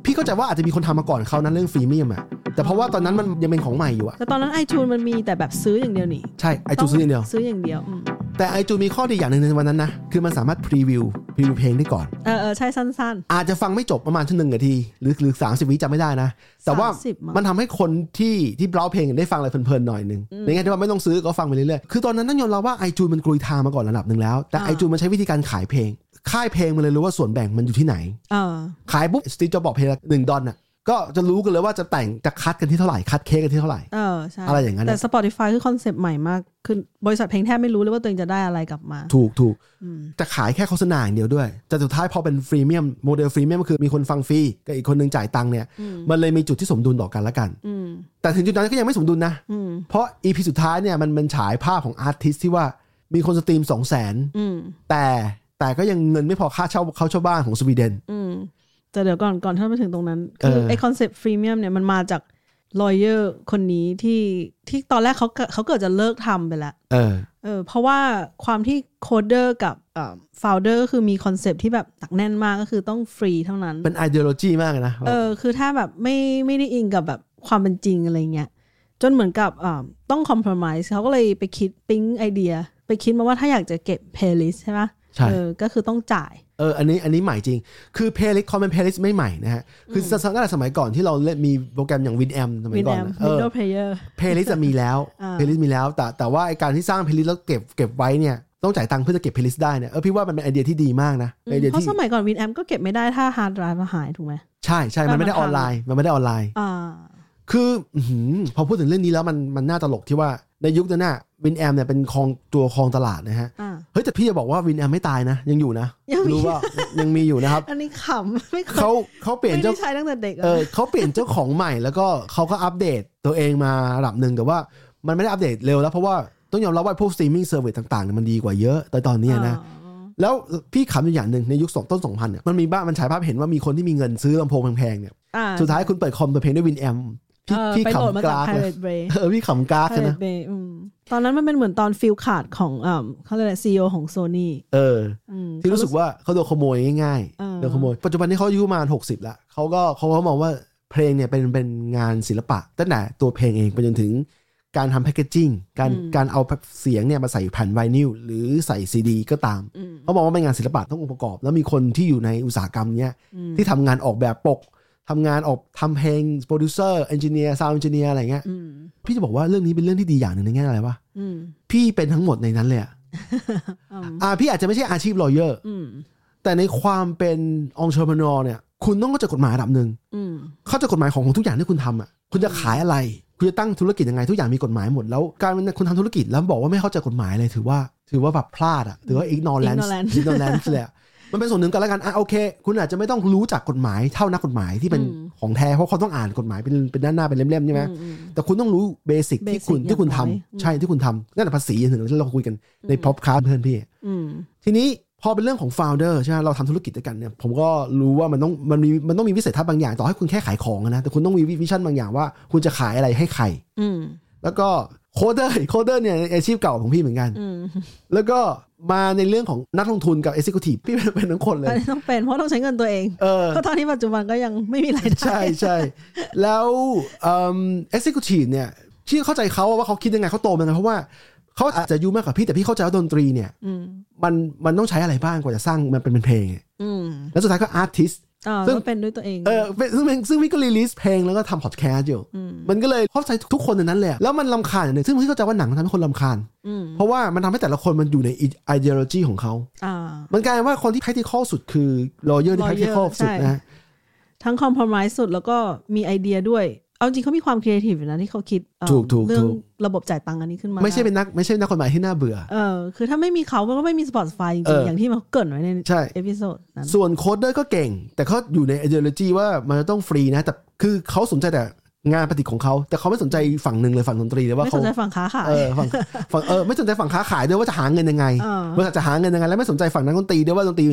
Speaker 2: พี่เข้าใจว่าอาจจะมีคนทำมาก่อนเขานั้นเรื่องฟรีเมียมอ่ะแต่เพราะว่าตอนนั้นมันยังเป็นของใหม่อยู่อ่ะ
Speaker 1: แต่ตอนนั้นไอจูนมันมีแต่แบบซื้ออย่างเดียวนี่
Speaker 2: ใช่ไอจูนซื้ออย่างเดียว
Speaker 1: ซื้ออย่างเดียวอืม
Speaker 2: แต่ไอจูนมีข้อดีอย่างหนึ่งในวันนั้นนะคือมันสามารถพรีวิวพรีวิวเพลงได้ก่อน
Speaker 1: เออเออใช่สั้น
Speaker 2: อาจจะฟังไม่จบประมาณชั่วหนึ่งนาทีหรือหรือสามสิบวิจำไม่ได้นะ แต่ว่า
Speaker 1: 30มั้ง
Speaker 2: มันทำให้คนที่ที่เล่าเพลงได้ฟังอะไรเพลินๆหน่อยหนึงในแง่ที่ว่าไม่ต้องซื้อก็ฟังไปเรื่อยๆคือตอนนั้นนั่นยอมรับว่าไอจูนมันกลุยทางมาก่อนระดับหนึ่งแล้ว แต่
Speaker 1: อ่า
Speaker 2: ไอจูนมันใช้วิธีการขายเพลง ค่ายเพลงมันเลยรู้ว่าส่วนแบ่งมันอยู่ที่ไหน
Speaker 1: ๆเออ
Speaker 2: ขายปุ๊บสตีฟจะบอกเพลงละหนึ่งดอลน่ะก็จะรู้กันเลยว่าจะแต่งจะคัดกันที่เท่าไหร่คัดเค้กกันที่เท่าไหร่
Speaker 1: เออใช่
Speaker 2: อะไรอย่างนั้น
Speaker 1: แต่
Speaker 2: น่ะ
Speaker 1: Spotify คือคอนเซปต์ใหม่มาก คือบริษัทเพลงแทบไม่รู้เลยว่าตัวเองจะได้อะไรกลับมา
Speaker 2: ถูกถูก
Speaker 1: อืม
Speaker 2: จะขายแค่โฆษณาอย่างเดียวด้วยแต่สุดท้ายพอเป็นฟรีเมียมโมเดลฟรีเมียมก็คือมีคนฟังฟรีกับอีกคนหนึงจ่ายตังค์เนี่ยมันเลยมีจุดที่สมดุลต่อกันละกัน
Speaker 1: อืม
Speaker 2: แต่ถึงจุดนั้นก็ยังไม่สมดุลนะ
Speaker 1: อืม
Speaker 2: เพราะอีพีสุดท้ายเนี่ยมันมันฉายภาพของอาร์ติสที่ว่า มีคนสตรีมสองแสน
Speaker 1: อืม
Speaker 2: แต่แต่ก็ยังเงินไม่พอค่าเช่าเขาเช่าบ้านของสวีเดน
Speaker 1: อืมแต่เดี๋ยวก่อนก่อนท่านไปถึงตรงนั้น คือ
Speaker 2: เออ
Speaker 1: ไอคอนเซ็ปต์ฟรีเมียมเนี่ยมันมาจากลอยเยอร์คนนี้ที่ที่ตอนแรกเขาเกิดเขาเกิดจะเลิกทำไปแล้ว
Speaker 2: เออ
Speaker 1: เออเพราะว่าความที่โคดเดอร์กับเอ่อฟาวเดอร์ก็คือมีคอนเซ็ปต์ที่แบบหนักแน่นมากก็คือต้องฟรีเท่านั้น
Speaker 2: เป็นไอเด o โลจีมากเลยนะ
Speaker 1: เออคือถ้าแบบไม่ไม่ได้อิงกับแบบความเป็นจริงอะไรเงี้ยจนเหมือนกับอ่าต้องคอมเพลมไ s e เขาก็เลยไปคิดปิ๊งไอเดีย ไปคิดมาว่าถ้าอยากจะเก็บเพลย์ลิสใช่ไหม
Speaker 2: ใช่
Speaker 1: เออก็คือต้องจ่าย
Speaker 2: เอออันนี้อันนี้ใหม่จริง คือเพลย์ลิสคอมเป็นเพลย์ลิสไม่ใหม่นะฮะ คือสตั้งแต่สมัยก่อนที่เราเล่นมีโปรแกรมอย่างวินแอมสมัย
Speaker 1: วิน
Speaker 2: ก่อ
Speaker 1: แอน ม
Speaker 2: นะเอ
Speaker 1: วิน
Speaker 2: อ
Speaker 1: โดว์เพลเยอร์
Speaker 2: เพลย์ลิสต์มีแล้ว
Speaker 1: อ่า
Speaker 2: เพลย์ลิสต์มีแล้ว แต่แต่ว่าไอการที่สร้างเพลย์ลิสต์แล้วเก็บเก็บไว้เนี่ยต้องจ่ายตังค์เพื่อจะเก็บเพลย์ลิสต์ได้เนี่ยเออพี่ว่ามันเป็นไอเดียที่ดีมากนะไอเดีย
Speaker 1: เพ
Speaker 2: ที่
Speaker 1: ราะสมัยก่อนวินแอมก็เก็บไม่ได้ถ้าฮาร์ดไดรฟ์มาหายถูกไหม
Speaker 2: ใช่ใช่มันไม่ได้ออนไลน์มันไม่ได้ออนไลน์
Speaker 1: อ่า
Speaker 2: คืออื้อหือพอพูดถึงเรื่องนี้แล้วมันมันน่าตลกที่ว่าในยุคนั้นน่ะวินแอมเนี่ยเป็นครองตัวครองตลาดนะฮะ
Speaker 1: อ่า
Speaker 2: เฮ้ยแต่พี่จะบอกว่าวินแอมไม่ตายนะ ยังอยู่นะ
Speaker 1: ยังมี
Speaker 2: รู้
Speaker 1: <laughs>
Speaker 2: ว่ายังมีอยู่นะครับ
Speaker 1: อันนี้ขำ ไม่เคย
Speaker 2: เขาเขาเปลี่ยน
Speaker 1: ไม่
Speaker 2: เจ้า
Speaker 1: ได้ใช้ตั้งแต่เด็กอะ
Speaker 2: เออเขาเปลี่ยนเจ้าของใหม่แล้วก็เขาก็อัปเดตตัวเองมาระดับหนึ่งแต่ว่ามันไม่ได้อัปเดตเร็วแล้วเพราะว่าต้องยอมรับว่าพวกสตรีมมิ่งเซอร์วิสต่างๆเนี่ยมันดีกว่าเยอะแต่ตอนเนี้ยนะ
Speaker 1: อ๋อ
Speaker 2: แล้วพี่ขำอยู่อย่างหนึ่งในยุคสองต้น 2000เนี่ยมันมีบ้านมันฉายภาพเห็นว่ามีคนที่มีเงินซื้อลำโพงแพงๆเนี่ย
Speaker 1: อ่
Speaker 2: สุดท้ายคุณเปิดคอมเปิดเพลงด้วยวินแอมพี่
Speaker 1: เออ
Speaker 2: พี่
Speaker 1: ไปโหลดมา
Speaker 2: ขำก
Speaker 1: จาก
Speaker 2: รากเลย
Speaker 1: Pirate Bay
Speaker 2: เออพี่ขำกรากเลย
Speaker 1: Pirate
Speaker 2: นะ
Speaker 1: Bay อืมตอนนั้นมันเป็นเหมือนตอนฟิลขาดของอ่าเขาเรียกอะไรซีอของโซนี่
Speaker 2: เออ
Speaker 1: อืม
Speaker 2: ที่รู้สึกว่าเขาโดนขโมยง่าย
Speaker 1: เออ
Speaker 2: ๆโดนขโมยปัจจุบันนี้เขาอายุประมาณ60ละเขาก็เขาก็มองว่าเพลงเนี่ยเป็นเป็นงานศิลปะตั้งแต่ตัวเพลงเองไปจนถึงการทำแพคเกจจิ้งการการเอาเสียงเนี่ยมาใส่แผ่นไวนิลหรือใส่ซีดี ก็ตามเขามองว่าเป็นงานศิลปะต้ององค์ประกอบ แล้วมีคนที่อยู่ในอุตสาหกรรมเนี้ยที่ทำงานออกแบบปกทำงานออกทำเพลงโปรดิวเซอร์เอนจิเนียร์ซาวด์เอนจิเนียร์อะไรเงี้ย
Speaker 1: อืม
Speaker 2: พี่จะบอกว่าเรื่องนี้เป็นเรื่องที่ดีอย่างหนึ่งในแง่อะไรวะ
Speaker 1: อืม
Speaker 2: พี่เป็นทั้งหมดในนั้นเลยอะ
Speaker 1: อืม
Speaker 2: อ่ะพี่อาจจะไม่ใช่อาชีพลอเยอร์
Speaker 1: อืม
Speaker 2: แต่ในความเป็นองค์ชมนอเนี่ย คุณต้องเข้าใจกฎหมายระดับหนึ่ง
Speaker 1: อืม
Speaker 2: เข้าใจกฎหมายของทุกอย่างที่คุณทำอ่ะคุณจะขายอะไร คุณจะตั้งธุรกิจยังไงทุกอย่างมีกฎหมายหมดแล้วการเป็นคุณทำธุรกิจแล้วบอกว่าไม่เข้าใจกฎหมายเลยถือว่า ถือว่าแบบพลาดอ่ะถือว่า ignorance ignorance เลยอะ
Speaker 1: <laughs>
Speaker 2: มันเป็นส่วนหนึ่งกันแล้วกันอ่ะโอเค คุณอาจจะไม่ต้องรู้จักกฎหมายเท่านักกฎหมายที่เป็นของแท้เพราะเขาต้องอ่านกฎหมายเป็นเป็นด้านหน้าเป็นเล่มๆใช่ไหม
Speaker 1: อืม
Speaker 2: แต่คุณต้องรู้เบสิกที่คุณ
Speaker 1: Basic
Speaker 2: ที่คุณทำ
Speaker 1: อย่างน้อย
Speaker 2: ใช่ที่คุณทำนั่นแหละภาษีอย่างหนึ่งที่เราคุยกันในพอบคาเพื่อนพี่
Speaker 1: อืม
Speaker 2: ทีนี้พอเป็นเรื่องของ founder ใช่ไหมเราทำธุรกิจด้วยกันเนี่ยผมก็รู้ว่ามันต้องมันมีมันต้องมีวิสัยทัศน์บางอย่าง ต่อให้คุณแค่ขายของอะนะ แต่คุณต้องมีวิชั่นบางอย่างว่า คุณจะขายอะไรให้ใคร
Speaker 1: อืม
Speaker 2: แล้วก็โคเดอร์โคเดอร์เนี่ยอาชีพเก่าของพี่เหมือนกัน
Speaker 1: อืม
Speaker 2: แล้วก็มาในเรื่องของนักลงทุนกับ executive พี่เป็นเป็นทั้งคนเล
Speaker 1: อัน
Speaker 2: ย
Speaker 1: นี้ต้องเป็นเพราะต้องใช้เงินตัวเอง
Speaker 2: เออ
Speaker 1: เพราะตอนนี้ปัจจุบันก็ยังไม่มีรายได้
Speaker 2: <laughs> ใช่ใช่แล้วเอิ่ม executive เนี่ยที่เข้าใจเขาว่าเขาคิดยังไงเขาโตมายังไงเพราะว่าเขาอาจจะอายุ่มากกว่าพี่แต่พี่เข้าใจว่าดนตรีเนี่ย
Speaker 1: อืม
Speaker 2: มันมันต้องใช้อะไรบ้างกว่าจะสร้างมันเป็นเพลงอะ
Speaker 1: อืม
Speaker 2: แล้วสุดท้ายก็ artist
Speaker 1: อ่า
Speaker 2: ซึ่ง
Speaker 1: ก็เป็นด้วยตัวเอง
Speaker 2: เออเป็นซึ่งเป็นซึ่งพี่ก็รีลิสเพลงแล้วก็ทำพอดแคสต์อยู่ มันก็เลยเข้าใจทุกคนในนั้นเลยอะแล้วมันลำคาญอย่างหนึ่งซึ่งพี่เข้าใจว่าหนังมันทำให้คนลำคาญ
Speaker 1: อืม
Speaker 2: เพราะว่ามันทำให้แต่ละคนมันอยู่ในอ d e o l o g y ของเขา
Speaker 1: อ่า
Speaker 2: มันกลายเป็นว่าคนที่ practical สุดคือ lawyer ที่
Speaker 1: Lawyer
Speaker 2: practical สุด
Speaker 1: ใช่
Speaker 2: นะ
Speaker 1: ทั้งคอมพ o m i s e สุดแล้วก็มีไอเดียด้วย เอาจริงเขามีความครีเอทีฟนะที่เขาคิดเอ่อ
Speaker 2: ถูกถูก
Speaker 1: เรื่อง
Speaker 2: ถูก
Speaker 1: ระบบจ่ายตังค์อันนี้ขึ้นมา
Speaker 2: ไม่ใช่เป็นนักไม่ใช่นักกฎหมายที่น่าเบื่อ
Speaker 1: เออคือถ้าไม่มีเขามันก็ไม่มี Spotify จ
Speaker 2: เอ
Speaker 1: ริง
Speaker 2: อ
Speaker 1: ๆ
Speaker 2: อ
Speaker 1: อย่างที่มันเกริดไว้ใน
Speaker 2: ใช่
Speaker 1: เอพิโซดนั้น
Speaker 2: ส่วนโคดเดอร์ก็เก่ง แต่เขาอยู่ใน ideology ว่ามันจะต้องฟรีนะ แต่คือเขาสนใจแต่งานปฏิของเขา แต่เขาไม่สนใจฝั่งหนึ่งเลยฝั่งดนตรีเลยว่า
Speaker 1: ไม่ส
Speaker 2: เขา
Speaker 1: นใจฝั่งค้าขาย
Speaker 2: เออฝั่งฝั่งเออไม่สนใจฝั่งค้าขายด้วยว่าจะหาเงินยังไง
Speaker 1: เออ
Speaker 2: บริษัทจะหาเงินยังไง แล้วไม่สนใจฝั่งนักดนตรีด้วยว่าดนตรี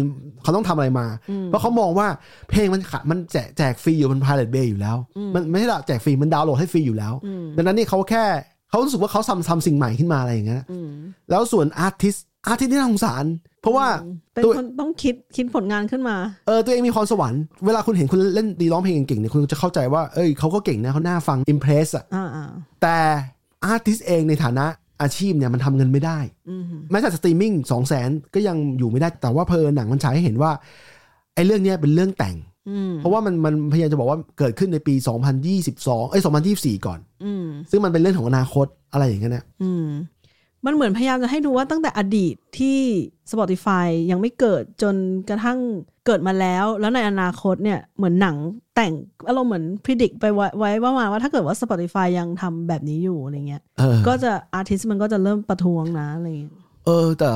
Speaker 2: เขาต้องทำอะไรมา เพราะเขามองว่าเพลงมันขะมันแจกแจกฟรีอยู่บนพาเลตเบย์อยู่แล้ว มันไม่ใช่หรอกแจกฟรีมันดาวน์โหลดให้ฟรีอยู่แล้วดังนั้นนี่เขาแค่เขารู้สึกว่าเขาทำทำสิ่งใหม่ขึ้นมาอะไรอย่างเงี้ย
Speaker 1: ม
Speaker 2: แล้วส่วนอาร์ติสอาร์ติสนี่น่าสงสาร เพราะว่า
Speaker 1: เป็น
Speaker 2: ตัว
Speaker 1: คนต้องคิดคิดผลงานขึ้นมา
Speaker 2: เออตัวเองมีพรสวรรค์เวลาคุณเห็นคุณเล่นดีร้องเพลงเก่งๆเนี่ยคุณจะเข้าใจว่าเอ้ยเขาก็เก่งนะเขาน่าฟังอิมเพรสอะ
Speaker 1: อ่าอ่า
Speaker 2: แต่อาร์ติสเองในฐานะอาชีพเนี่ยมันทำเงินไม่ได้ แม้แต่สตรีมมิ่งสองแสนก็ยังอยู่ไม่ได้แต่ว่าเพลินหนังมันฉายให้เห็นว่าไอ้เรื่องเนี้ยเป็นเรื่องแต่ง
Speaker 1: อืม
Speaker 2: เพราะว่ามันมันพยายามจะบอกว่าเกิดขึ้นในปี 2022เอ้ย2024 ก่อน
Speaker 1: อืม
Speaker 2: ซึ่งมันเป็นเรื่องของอนาคตอะไรอย่างเงี้ยนะ
Speaker 1: อืมมันเหมือนพยายามจะให้ดูว่าตั้งแต่อดีตที่ Spotify ยังไม่เกิดจนกระทั่งเกิดมาแล้ว แล้วในอนาคตเนี่ยเหมือนหนังแต่งอารมณ์เหมือนพิจิกไปไว้ไว้ว่ามาว่าถ้าเกิดว่า Spotify ยังทำแบบนี้อยู่อะไรเงี้ย
Speaker 2: เออ
Speaker 1: ก็จะอาร์ติสมันก็จะเริ่มประท้วงนะอะไรเงี้ย
Speaker 2: เออ แต่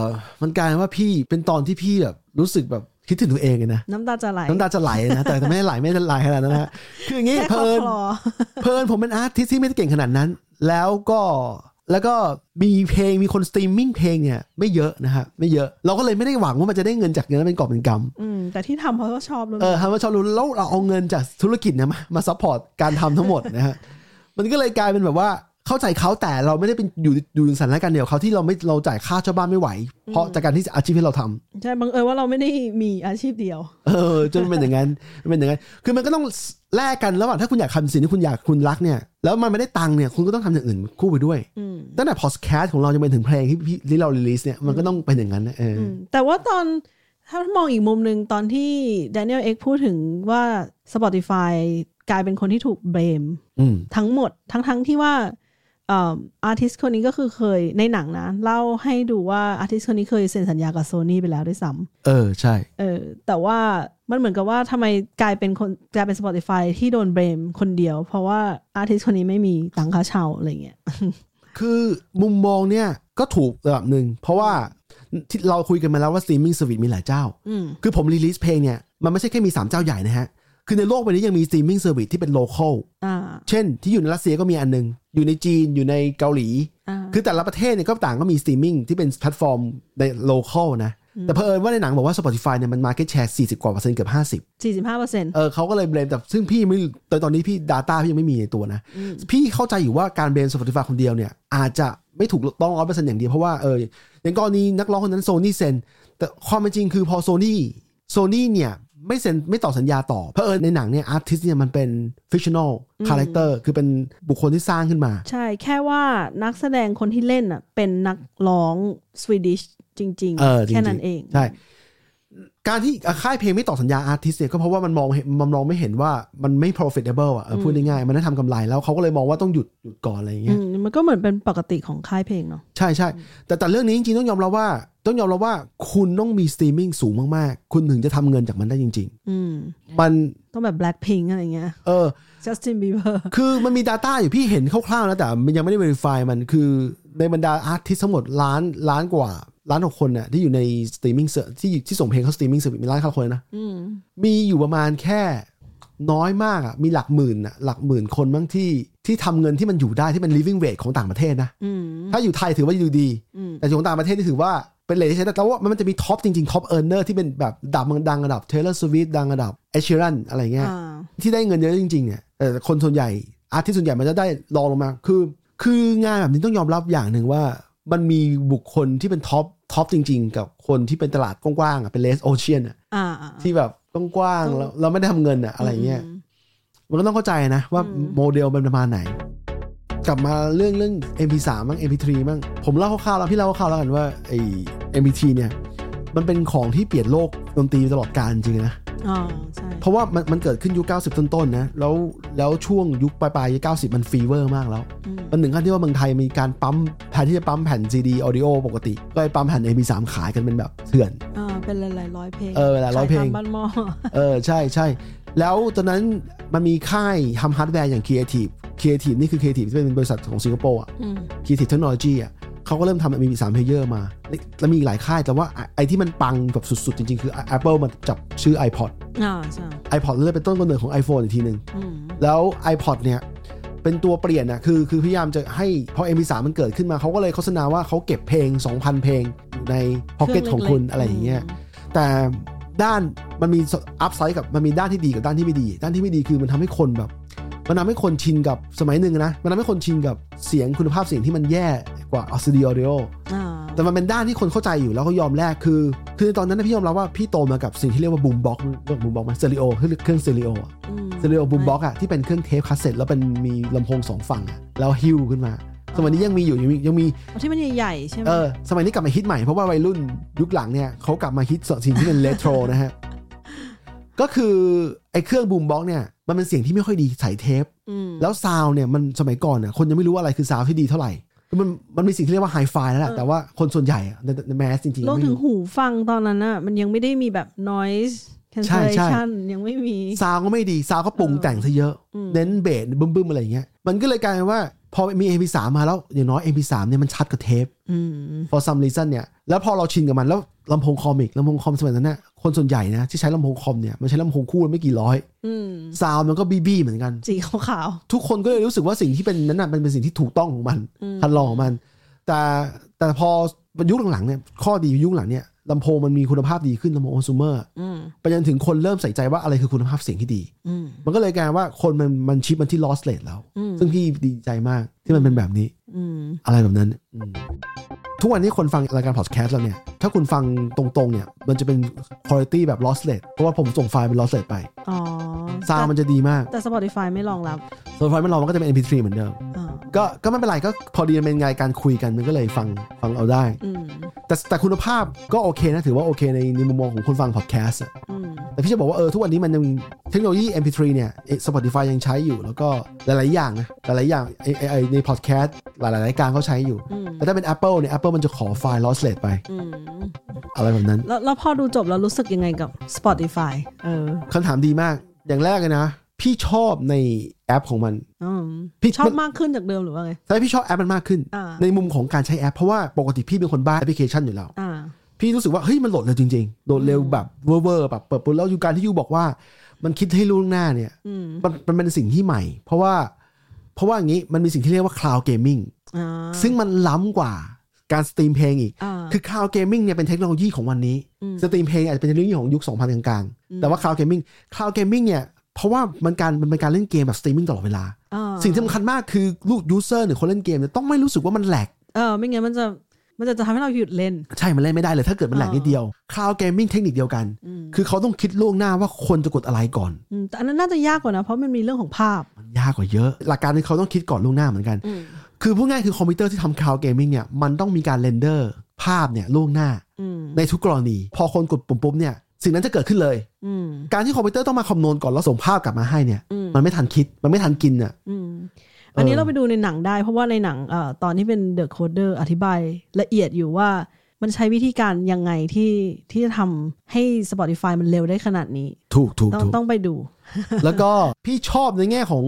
Speaker 2: มันกลายเป็นว่าพี่เป็นตอนที่พี่แบบรู้สึกแบบคิดถึงตัวเองเลยนะ
Speaker 1: น้ำตาจะไหล
Speaker 2: น้ำตาจะไหลนะ <laughs> แต่แต่ไม่ได้ไหลไม่ได้ไหลขนาดนั้นนะฮะคืออย่างงี้
Speaker 1: แค่ค
Speaker 2: เพ
Speaker 1: ลอ
Speaker 2: ลิน
Speaker 1: คลอ
Speaker 2: เพลินผมเป็นอาร์ติสที่ไม่ได้เก่งขนาดนั้น แล้วก็ แล้วก็มีเพลงมีคนสตรีมมิ่งเพลงเนี่ยไม่เยอะนะครับไม่เยอะเราก็เลยไม่ได้หวังว่ามันจะได้เงินจากเงินนั้นเป็นกอบเป็นกำ
Speaker 1: อืมแต่ที่ทำเพราะว่าชอบแล้ว
Speaker 2: เออทำมาชอบรู้แล้วเราเอาเงินจากธุรกิจเนี่ยมามาซัพพอร์ตการทำทั้งหมดนะฮะ มันก็เลยกลายเป็นแบบว่าเข้าใจเขาแต่เราไม่ได้เป็นอยู่อยู่ในสถานการณ์เดียวกับเขาที่เราไม่เราจ่ายค่าเช่าบ้านไม่ไหว เพราะจากการที่อาชีพที่เราทำ
Speaker 1: ใช่บังเอิญว่าเราไม่ได้มีอาชีพเดียว
Speaker 2: เออจนเป็นอย่างนั้นเป็นอย่างนั้นคือมันก็ต้องแลกกันระหว่างถ้าคุณอยากทำสิ่งที่คุณอยากคุณรักเนี่ยแล้วมันไม่ได้ตังค์เนี่ยคุณก็ต้องทำอย่างอื่นคู่ไปด้วย
Speaker 1: อืม
Speaker 2: ตั้งแต่พอสแคสของเราจะเป็นถึงเพลงที่พี่ที่เรารีลิสเนี่ยมันก็ต้องเป็นอย่างนั้นนะเอออ
Speaker 1: อืมแต่ว่าตอนถ้ามองอีกมุมหนึ่งตอนที่ Daniel X พูดถึงว่า Spotify กลายเป็นคนที่ถูกเบม
Speaker 2: อืม
Speaker 1: ทั้งหมดทั้งทั้งที่ว่าอาร์ติสคนนี้ก็คือเคยในหนังนะ เล่าให้ดูว่าอาร์ติสคนนี้เคยเซ็นสัญญากับโซนี่ไปแล้วด้วยซ้
Speaker 2: เออใช่
Speaker 1: ำเออแต่ว่ามันเหมือนกับว่าทำไมกลายเป็นคนกลายเป็น Spotify ที่โดนเบมคนเดียว เพราะว่าอาร์ติสคนนี้ไม่มีตังค่าเช่าอะไรเงี้ย
Speaker 2: คือมุมมองเนี่ยก็ถูกระดับหนึ่ง เพราะว่าที่เราคุยกันมาแล้วว่าสตรีมมิ่งสวิตมีหลายเจ้า
Speaker 1: อืม
Speaker 2: คือผมรีลิสเพลงเนี่ย มันไม่ใช่แค่มี 3 เจ้าใหญ่นะฮะ คือในโลกใบนี้ยังมีสตรีมมิ่งเซอร์วิสที่เป็นโลเคอล
Speaker 1: อ่า
Speaker 2: เช่นที่อยู่ในรัสเซียก็มีอันหนึง อยู่ในจีนอยู่ในเกาหลี
Speaker 1: อ่า
Speaker 2: คือแต่ละประเทศเนี่ยก็ต่างก็มีสตรีมมิ่งที่เป็นแพลตฟอร์มในโลเคอลนะ แต่เผอิญว่าในหนังบอกว่า Spotify เนี่ยมันมา r k เก็ตแชร์40 กว่าเปอร์เซ็นต์เกือบ50
Speaker 1: สี่สิบห้าเปอร์เซ็นต์
Speaker 2: เออเขาก็เลยเบรมแต่ซึ่งพี่ไม่ตอนตอนนี้พี่ Data พี่ยังไม่มีในตัวนะ พี่เข้าใจอยู่ว่าการเบรม Spotify คนเดียวเนี่ย อาจจะไม่ถูกต้องร้อยเปอร์เซ็นต์อย่างเดียว เพราะว่าเอออย่างกรณีนักร้องคนนั้นโซนี่เซ็น แต่ความเป็นจริงคือพอโซนี่โซนี่เนี่ย ไม่เซ็นไม่ต่อสัญญาต่อ เพราะเออในหนังเนี่ยอาร์ติสเนี่ยมันเป็นฟิชชั่นอลคาแรคเตอร์คือเป็นบุคคลที่สร้างขึ้นมา
Speaker 1: ใช่ แค่ว่านักแสดงคนที่เล่นอ่ะ เป็นนักร้องสวีดิชจริง
Speaker 2: เออจริงๆ
Speaker 1: แค่นั้นเอง
Speaker 2: ใช่ การที่ค่ายเพลงไม่ต่อสัญญาอาร์ติสเนี่ยก็เพราะว่ามันมองเห็นมันมองไม่เห็นว่ามันไม่ profitable อ่ะเออพูดง่ายๆมันได้ทำกำไรแล้วเขาก็เลยมองว่าต้องหยุดหยุดก่อนอะไรอย่างเงี้ย
Speaker 1: อืมมันก็เหมือนเป็นปกติของค่ายเพลงเนาะ
Speaker 2: ใช่ใช่แต่แต่เรื่องนี้จริงๆต้องยอมรับว่า ต้องยอมรับว่าคุณต้องมีสตรีมมิ่งสูงมากๆ คุณถึงจะทำเงินจากมันได้จริง
Speaker 1: อืม
Speaker 2: ๆ มัน
Speaker 1: ต้องแบบ Blackpink อะไรเงี้ย
Speaker 2: เออ
Speaker 1: Justin Bieber
Speaker 2: คือมันมี Data อยู่พี่เห็นคร่าวๆนะแต่มันยังไม่ได้ verify มันคือในบรรดาอาร์ติสทั้งหมดล้านล้านกว่าล้านหกคนน่ะที่อยู่ในสตรีมมิ่งที่ที่ส่งเพลงเข้าสตรีมมิ่งเซอร์วิสมีล้านข้าคนนะ
Speaker 1: อืม
Speaker 2: มีอยู่ประมาณแค่น้อยมากอ่ะมีหลักหมื่นอ่ะหลักหมื่นคนบ้างที่ที่ทำเงินที่มันอยู่ได้ที่เป็น living rate ของต่างประเทศนะ
Speaker 1: อืม
Speaker 2: ถ้าอยู่ไทยถือว่าอยู่ดี
Speaker 1: อืม
Speaker 2: แต่ของต่างประเทศนี่ถือว่าเป็นเลทที่ใช้ได้แต่ว่ามันจะมีท็อปจริงๆ ท็อปเออร์เนอร์ที่เป็นแบบดับเมืองดังระดับเทเลอร์สวิตดังระดับเอช r รันอะไรเงี้ย
Speaker 1: อ่า
Speaker 2: ที่ได้เงินเยอะจริงๆเนี่ยเอ่อคนส่วนใหญ่อาร์ติส่วนใหญ่มันจะได้รองลงมาคือ คืองานแบบนี้ต้องยอมรับอย่างหนึ่งว่า มันมีบุคคลที่เป็นท็อปท็อปจริง ๆ กับคนที่เป็นตลาดกว้างๆอ่ะเป็นเลสโอเชียนอ่ะ
Speaker 1: อ่าอ่า
Speaker 2: ที่แบบกว้างๆแล้วเราไม่ได้ทำเงินอ่ะอะไรเงี้ย
Speaker 1: ม
Speaker 2: มันก็ต้องเข้าใจนะว่า
Speaker 1: อืม
Speaker 2: โมเดลมันประมาณไหน กลับมาเรื่องเรื่อง MP3 บ้าง MP3 บ้างผมเล่าคร่าวๆแล้วพี่เล่าคร่าวๆแล้วกันว่าไอ้ MP3 เนี่ยมันเป็นของที่เปลี่ยนโลกดนตรีตลอดกาลจริงๆนะ
Speaker 1: อ่าใช่
Speaker 2: เพราะว่ามันมันเกิดขึ้นยุค 90 ต้นๆนะแล้วแล้วช่วงยุคปลายๆยุค90 มันฟีเวอร์มากแล้ว
Speaker 1: อืม
Speaker 2: มันถึงขั้นที่ว่าเมืองไทยมีการปั๊มแทนที่จะปั๊มแผ่น CD audio ปกติ ก็ไปปั๊มแผ่น MP3 ขายกันเป็นแบบเถื่อน
Speaker 1: อ่าเป็นหลายๆร้อยเพลง
Speaker 2: เออหลายร้อยเพลง
Speaker 1: ขทำบ้านหม้อ
Speaker 2: เออ ใช่ใช่แล้วตอนนั้นมันมีค่ายทำฮาร์ดแวร์อย่าง Creative Creative นี่คือ Creative ที่เป็นบริษัทของสิงคโปร์อ่ะ
Speaker 1: อืม
Speaker 2: Creative Technology อ่ะเขาก็เริ่มทำมีสามเพลเยอร์มา แล้วมีอีกหลายค่ายแต่ว่าไอไอที่มันปังแบบสุดๆ จริงๆ คือ Apple มันจับชื่อ iPod
Speaker 1: อ่าใช่
Speaker 2: iPod เลยเป็นต้นกำเนิดของ iPhone อีกทีหนึ่ง
Speaker 1: อืม
Speaker 2: แล้ว iPod เนี่ย เป็นตัวเปลี่ยนนะคือคือพยายามจะให้พอ MP3 มันเกิดขึ้นมาเขาก็เลยโฆษณาว่าเขาเก็บเพลง 2,000 เพลงอยู่ในพ็อกเก็ต
Speaker 1: รื่
Speaker 2: ของคุณ
Speaker 1: ล็กๆ
Speaker 2: อะไรอย่างเงี้ย แต่ด้านมันมีอัพไซด์กับมันมีด้านที่ดีกับด้านที่ไม่ดี ด้านที่ไม่ดีคือมันทำให้คนแบบ มันทำให้คนชินกับสมัยหนึ่งนะ มันทำให้คนชินกับเสียงคุณภาพเสียงที่มันแย่กว่าออสเตรเลียออดิโอ
Speaker 1: อ่า
Speaker 2: แต่มันเป็นด้านที่คนเข้าใจอยู่แล้วก็ยอมแลกคือ คือในตอนนั้นนะพี่ยอมรับว่าพี่โตมากับสิ่งที่เรียกว่าบูมบ็อกเรื่องบูมบ็อกมาสเตอริโอเครื่องสเตอริโออะ
Speaker 1: อืม
Speaker 2: สเตอริโอบูมบ็อกอะที่เป็นเครื่องเทปคาสเซ็ตแล้วเป็นมีลำโพงสองฝั่งอะแล้วฮิ้วขึ้นมา สมัยนี้ยังมีอยู่ยังมียังมี
Speaker 1: เอาที่มันใหญ่ๆใช่ไหม
Speaker 2: เออสมัยนี้กลับมาฮิตใหม่ เพราะว่าวัยรุ่นยุคหลังเนี่ยเขากลับมาฮิตสิ่งที่เป็นเลโทร นะ
Speaker 1: <laughs>
Speaker 2: ฮะ ก็คือไอ้เครื่องบูมบ็อกเนี่ยมันเป็นเสียงที่ไม่ค่อยดีใส่เทป
Speaker 1: ม
Speaker 2: แล้วซาวด์เนี่ยมันสมัยก่อนน่ะคนยังไม่รู้ว่าอะไรคือซาวด์ที่ดีเท่าไหร่คือมันมันมีสิ่งที่เรียกว่าไฮไฟแล้วแหละแต่ว่าคนส่วนใหญ่อะในในแมสจริงๆ
Speaker 1: รวม
Speaker 2: ไม่
Speaker 1: ถึง
Speaker 2: รู้
Speaker 1: หูฟังตอนนั้นอ่ะ มันยังไม่ได้มีแบบ noise
Speaker 2: ใช่ใช่
Speaker 1: cancellation ยังไม่มี
Speaker 2: ซาวด์ก็ไม่ดีซาวด์ก็ปรุงแต่งซะเยอะ
Speaker 1: อืม
Speaker 2: เน้นเบสบึ้มๆอะไรอย่างเงี้ย มันก็เลยกลายเป็นว่า พอมี MP3 มาแล้วอย่างน้อย MP3 เนี่ยมันชัดกว่าเทป
Speaker 1: อืม
Speaker 2: for some reason เนี่ยแล้วพอเราชินกับมันแล้วลำโพงคอมอีกลำโพงคอมสมัยนั้นน่ะคนส่วนใหญ่นะที่ใช้ลำโพงคอมเนี่ยมันใช้ลำโพงคู่ไม่กี่ร้อย
Speaker 1: อืม
Speaker 2: ซาวมันก็บีบี้เหมือนกัน
Speaker 1: สีขาว
Speaker 2: ทุกคนก็เลยรู้สึกว่าสิ่งที่เป็นนั้นน่ะมันเป็นสิ่งที่ถูกต้องของมัน
Speaker 1: ๆอืม
Speaker 2: คันลองของมัน แต่แต่พอยุคหลังๆเนี่ยข้อดียุคหลังเนี่ยลำโพงมันมีคุณภาพดีขึ้นลำโพงคอน sumer
Speaker 1: อืม
Speaker 2: ไปจนถึงคนเริ่มใส่ใจว่าอะไรคือคุณภาพเสียงที่ดี
Speaker 1: อืม
Speaker 2: มันก็เลยกลายว่าคนมันมันชิปมันที่ lossless แล้ว
Speaker 1: อืม
Speaker 2: ซึ่งพี่ดีใจมากที่มันเป็นแบบนี้
Speaker 1: อืม
Speaker 2: อะไรแบบนั้นอืมทุกวันนี้คนฟังรายการพอดแคสต์แล้วเนี่ย ถ้าคุณฟังตรงๆเนี่ย มันจะเป็นคุณภาพแบบ lossless เพราะว่าผมส่งไฟล์เป็น lossless ไป
Speaker 1: อ๋อ
Speaker 2: ซาวด์มันจะดีมาก
Speaker 1: แต่ Spotify ไม่รองรับ
Speaker 2: ส่วนไฟล์มันรองมันก็จะเป็น mp3 เหมือนเดิม
Speaker 1: อ่า
Speaker 2: ก็ก็ไม่เป็นไรก็พอดีมันเป็นไงการคุยกันมันก็เลยฟังฟังเอาได้
Speaker 1: อืม
Speaker 2: แต่แต่คุณภาพก็โอเคนะ ถือว่าโอเคในในมุมมองของคนฟังพอดแคสต์อะ
Speaker 1: อืม
Speaker 2: แต่พี่จะบอกว่าเออทุกวันนี้มันยังเทคโนโลยี mp3 เนี่ยเอ่อ spotify ยังใช้อยู่ แล้วก็หลายๆอย่างนะหลายๆอย่างไอ้ไอ้ไอ้ในพอดแคสต์หลายๆรายการเขาใช้อยู่
Speaker 1: อืม
Speaker 2: แต่ถ้าเป็น Apple เนี่ย Apple มันจะขอไฟล์ lossless ไป
Speaker 1: อืม
Speaker 2: อะไรแบบนั้น
Speaker 1: แล้วแล้วพอดูจบแล้วรู้สึกยังไงกับ Spotify เออ
Speaker 2: คำถามดีมาก อย่างแรกเลยนะ พี่ชอบในแอปของมัน
Speaker 1: อืม
Speaker 2: พี่
Speaker 1: ชอบ
Speaker 2: มัน
Speaker 1: มากขึ้นจากเดิมหรือว่าไง
Speaker 2: ใช่พี่ชอบแอปมันมากขึ้น
Speaker 1: อ่า
Speaker 2: ในมุมของการใช้แอป เพราะว่าปกติพี่เป็นคนบ้าแอปพลิเคชันอยู่แล้ว
Speaker 1: อ่า
Speaker 2: พี่รู้สึกว่า เฮ้ย มันโหลดเร็วจริงๆ โหลดเร็วแบบเวอร์ๆแบบเปิดปุ๊บแล้วอยู่การที่ยูบอกว่า มันคิดให้รู้ล่วงหน้าเนี่ย
Speaker 1: อืม
Speaker 2: มันมันเป็นสิ่งที่ใหม่ เพราะว่า เพราะว่าอย่างนี้มันมีสิ่งที่เรียกว่า cloud gaming
Speaker 1: อ่า
Speaker 2: ซึ่งมันล้ำกว่าการสตรีมเพลงอีก
Speaker 1: อ่า
Speaker 2: คือ cloud gaming เนี่ยเป็นเทคโนโลยีของวันนี้
Speaker 1: อืม
Speaker 2: สตรีมเพลงอาจจะเป็นเทคโนโลยีของยุค 2000 กลาง
Speaker 1: อืม
Speaker 2: ๆ แต่ว่า cloud gaming cloud gaming เนี่ย เพราะว่ามันการมันเป็นการเล่นเกมแบบสตรีมมิ่งตลอดเวลา
Speaker 1: อ่า
Speaker 2: สิ่งที่สำคัญมากคือลูกยูเซอร์หรือคนเล่นเกมเนี่ยต้องไม่รู้สึกว่ามันแหลก
Speaker 1: เออไม่งั้นมันจะมันจะจะทำให้เราหยุดเล่น
Speaker 2: ใช่ มันเล่นไม่ได้เลยถ้าเกิดมันแหลก
Speaker 1: อ่านิ
Speaker 2: นิดเดียว cloud gaming เทคนิคเดียวกัน
Speaker 1: อืม
Speaker 2: คือเขาต้องคิดล่วงหน้าว่าคนจะกดอะไรก่อน
Speaker 1: อืมแต่อันนั้นน่าจะยากกว่านะ เพราะมันมีเรื่องของภาพ
Speaker 2: มันยากกว่าเยอะ หลักการคือเขาต้องคิดก่อนล่วงหน้าเหมือนกัน
Speaker 1: อืม
Speaker 2: คือพูดง่ายคือคอมพิวเตอร์ที่ทำ cloud gaming เนี่ยมันต้องมีการเรนเดอร์ภาพเนี่ยล่วงหน้า
Speaker 1: อืม
Speaker 2: ในทุกกรณี พอคนกดปุ่มปุ๊บเนี่ยสิ่งนั้นจะเกิดขึ้นเลย
Speaker 1: อืม
Speaker 2: การที่คอมพิวเตอร์ต้องมาคำนวณก่อนแล้วส่งภาพกลับมาให้เนี่ย
Speaker 1: อืม
Speaker 2: มันไม่ทันคิด มันไม่ทันกินอ่ะ
Speaker 1: อืมอันนี้
Speaker 2: เออ
Speaker 1: เราไปดูในหนังได้ เพราะว่าในหนังเอ่อตอนที่เป็น The Coder อธิบายละเอียดอยู่ว่ามันใช้วิธีการยังไงที่ที่จะทำให้ Spotify มันเร็วได้ขนาดนี้
Speaker 2: ถูกถูก
Speaker 1: ต้อง
Speaker 2: ถูก
Speaker 1: ต้องไปดู
Speaker 2: แล้วก็พี่ชอบในแง่ของ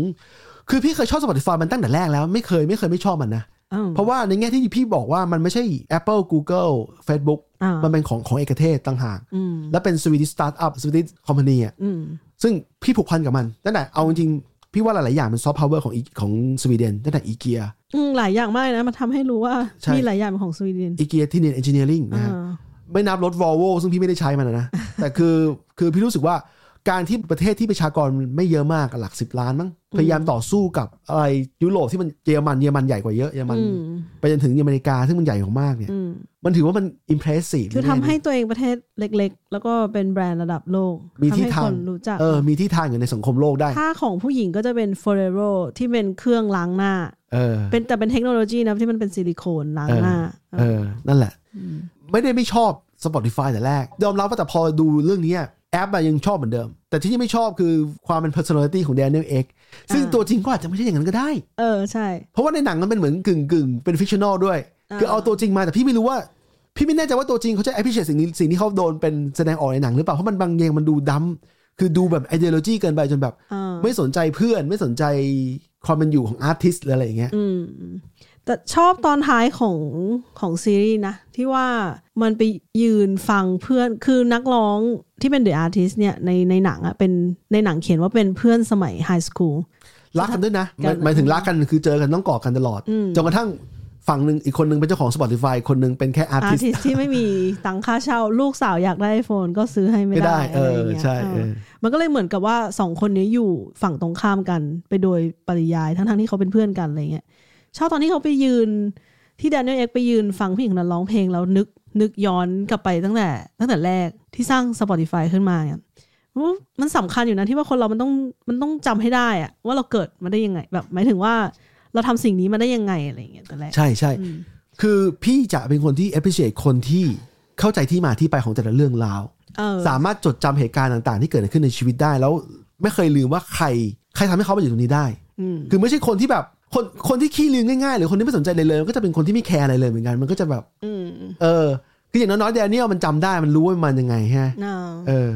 Speaker 2: คือพี่เคยชอบ Spotify มันตั้งแต่แรกแล้ว ไม่เคยไม่เคยไม่ชอบมันนะ
Speaker 1: อืม
Speaker 2: เพราะว่าในแง่ที่พี่บอกว่ามันไม่ใช่ Apple Google Facebook
Speaker 1: อ่า
Speaker 2: มันเป็นของของเอกเทศต่างหาก
Speaker 1: อืม
Speaker 2: และเป็นสวีดิสตาร์ทอัพสวีดิสคอมพานีอ่ะ
Speaker 1: อืม
Speaker 2: ซึ่งพี่ผูกพันกับมันตั้งแต่เอาจริงๆพี่ว่าหลาย ๆ อย่างมันซอฟต์พาวเวอร์ของอีของสวีเดนตั้งแต่อีเกีย
Speaker 1: อืมหลายอย่างมากนะมันทำให้รู้ว่า
Speaker 2: ใช่
Speaker 1: มีหลายอย่างเป็นของสวีเดน
Speaker 2: อีเกียที่เนียนเอนจิเนียริงนะฮะ
Speaker 1: อ่า
Speaker 2: ไม่นับรถ Volvo ซึ่งพี่ไม่ได้ใช้มัน
Speaker 1: <laughs>
Speaker 2: นะ แต่คือคือพี่รู้สึกว่าการที่ประเทศที่ประชากรไม่เยอะมากอะหลัก 10 ล้านมั้งพยายามต่อสู้กับอะไรยุโรปที่มันเยอรมันเยอรมันใหญ่กว่าเยอะเยอรมัน
Speaker 1: อืม
Speaker 2: ไปจนถึงอเมริกาซึ่งมันใหญ่กว่ามากเนี่ย
Speaker 1: อืม
Speaker 2: มันถือว่ามันอิมเพรสซีฟ
Speaker 1: คือทำให้ตัวเองประเทศเล็ก ๆ แล้วก็เป็นแบรนด์ระดับโลก
Speaker 2: มีที่
Speaker 1: ให้
Speaker 2: ทาง
Speaker 1: คนรู้จัก
Speaker 2: เออมีที่ทางอยู่ในสังคมโลกได้
Speaker 1: ถ้าของผู้หญิงก็จะเป็น f o r e r o ที่เป็นเครื่องล้างหน้า
Speaker 2: เออ
Speaker 1: เป็นแต่เป็นเทคโนโลยีนะที่มันเป็นซิลิโคนล้างหน้า
Speaker 2: เออ นั่นแหละ
Speaker 1: อืม
Speaker 2: ไม่ได้ไม่ชอบ Spotify แต่แรก ยอมรับว่าแต่พอดูเรื่องนี้อะแอปอะยังชอบเหมือนเดิม แต่ที่ยังไม่ชอบคือความเป็น personality ของ Daniel Ek ซึ่งตัวจริงก็อาจจะไม่ใช่อย่างนั้นก็ได้
Speaker 1: เออใช่
Speaker 2: เพราะว่าในหนังมันเป็นเหมือนกึ่งกึ่งเป็นฟิกชั่นอลด้วย
Speaker 1: อ่า
Speaker 2: คือเอาตัวจริงมาแต่พี่ไม่รู้ว่า พี่ไม่แน่ใจว่าตัวจริงเขาจะ appreciate สิ่งนี้สิ่งที่เขาโดนเป็นแสดงออกในหนังหรือเปล่า เพราะมันบางอย่างมันดูดํคือดูแบบ ideology เกินไปจนแบบ
Speaker 1: เออ
Speaker 2: ไม่สนใจเพื่อนไม่สนใจความเป็นอยู่ของ artist หรืออะไรอย่างเงี้ย
Speaker 1: อืมแต่ชอบตอนท้ายของของซีรีส์นะ ที่ว่ามันไปยืนฟังเพื่อนคือนักร้องที่เป็นเดอะอาร์ติสเนี่ยในในหนังอะเป็นในหนังเขียนว่าเป็นเพื่อนสมัยไฮสคูล
Speaker 2: รักกันด้วยนะหมายหมายถึงรักกันคือเจอกันต้องกอดกันตลอด
Speaker 1: อืม
Speaker 2: จนกระทั่งฝั่งหนึ่งอีกคนหนึ่งเป็นเจ้าของ Spotify คนหนึ่งเป็นแค่
Speaker 1: อาร์
Speaker 2: artist
Speaker 1: ติสที่ไม่มีตังค่าเช่า ลูกสาวอยากได้ไอโฟนก็ซื้อให้ไม่
Speaker 2: ไม่
Speaker 1: ได้
Speaker 2: ได้ เอ
Speaker 1: อะไรอย่า
Speaker 2: อ
Speaker 1: งเงี้ย
Speaker 2: ใช่
Speaker 1: เออ
Speaker 2: เออ
Speaker 1: มันก็เลยเหมือนกับว่าสองคนนี้อยู่ฝั่งตรงข้ามกันไปโดยปริยายทั้งๆที่เขาเป็นเพื่อนกันอะไรเงี้ยชอบตอนที่เขาไปยืนที่แดเนียลเอ็กไปยืนฟังผู้หญิงคนนั้นร้องเพลงแล้วนึกนึกย้อนกลับไปตั้งแต่ ตั้งแต่แรกที่สร้าง Spotify ขึ้นมาเนี่ยอู้มันสำคัญอยู่นะที่ว่าคนเรามันต้องมันต้องจำให้ได้อะว่าเราเกิดมาได้ยังไง แบบหมายถึงว่าเราทำสิ่งนี้มาได้ยังไงอะไรเงี้ยแต่แรก
Speaker 2: ใช่ใช่
Speaker 1: อืม
Speaker 2: คือพี่จะเป็นคนที่ appreciate คนที่เข้าใจที่มาที่ไปของแต่ละเรื่องราว
Speaker 1: เออ
Speaker 2: สามารถจดจำเหตุการณ์ต่าง ๆ ที่เกิดขึ้นในชีวิตได้แล้วไม่เคยลืมว่าใคร ใครทำให้เขามาอยู่ตรงนี้ได้
Speaker 1: อืม
Speaker 2: คือไม่ใช่คนที่แบบคนคนที่ขี้ลืมง่ายๆ หรือคนที่ไม่สนใจเลยเลยมันก็จะเป็นคนที่ไม่แคร์อะไรเลยเหมือนกันมันก็จะแบบ
Speaker 1: อืม
Speaker 2: เออ คืออย่างน้อยๆแดเนียลมันจำได้มันรู้ว่ามันยังไงฮะ
Speaker 1: น่า
Speaker 2: เออ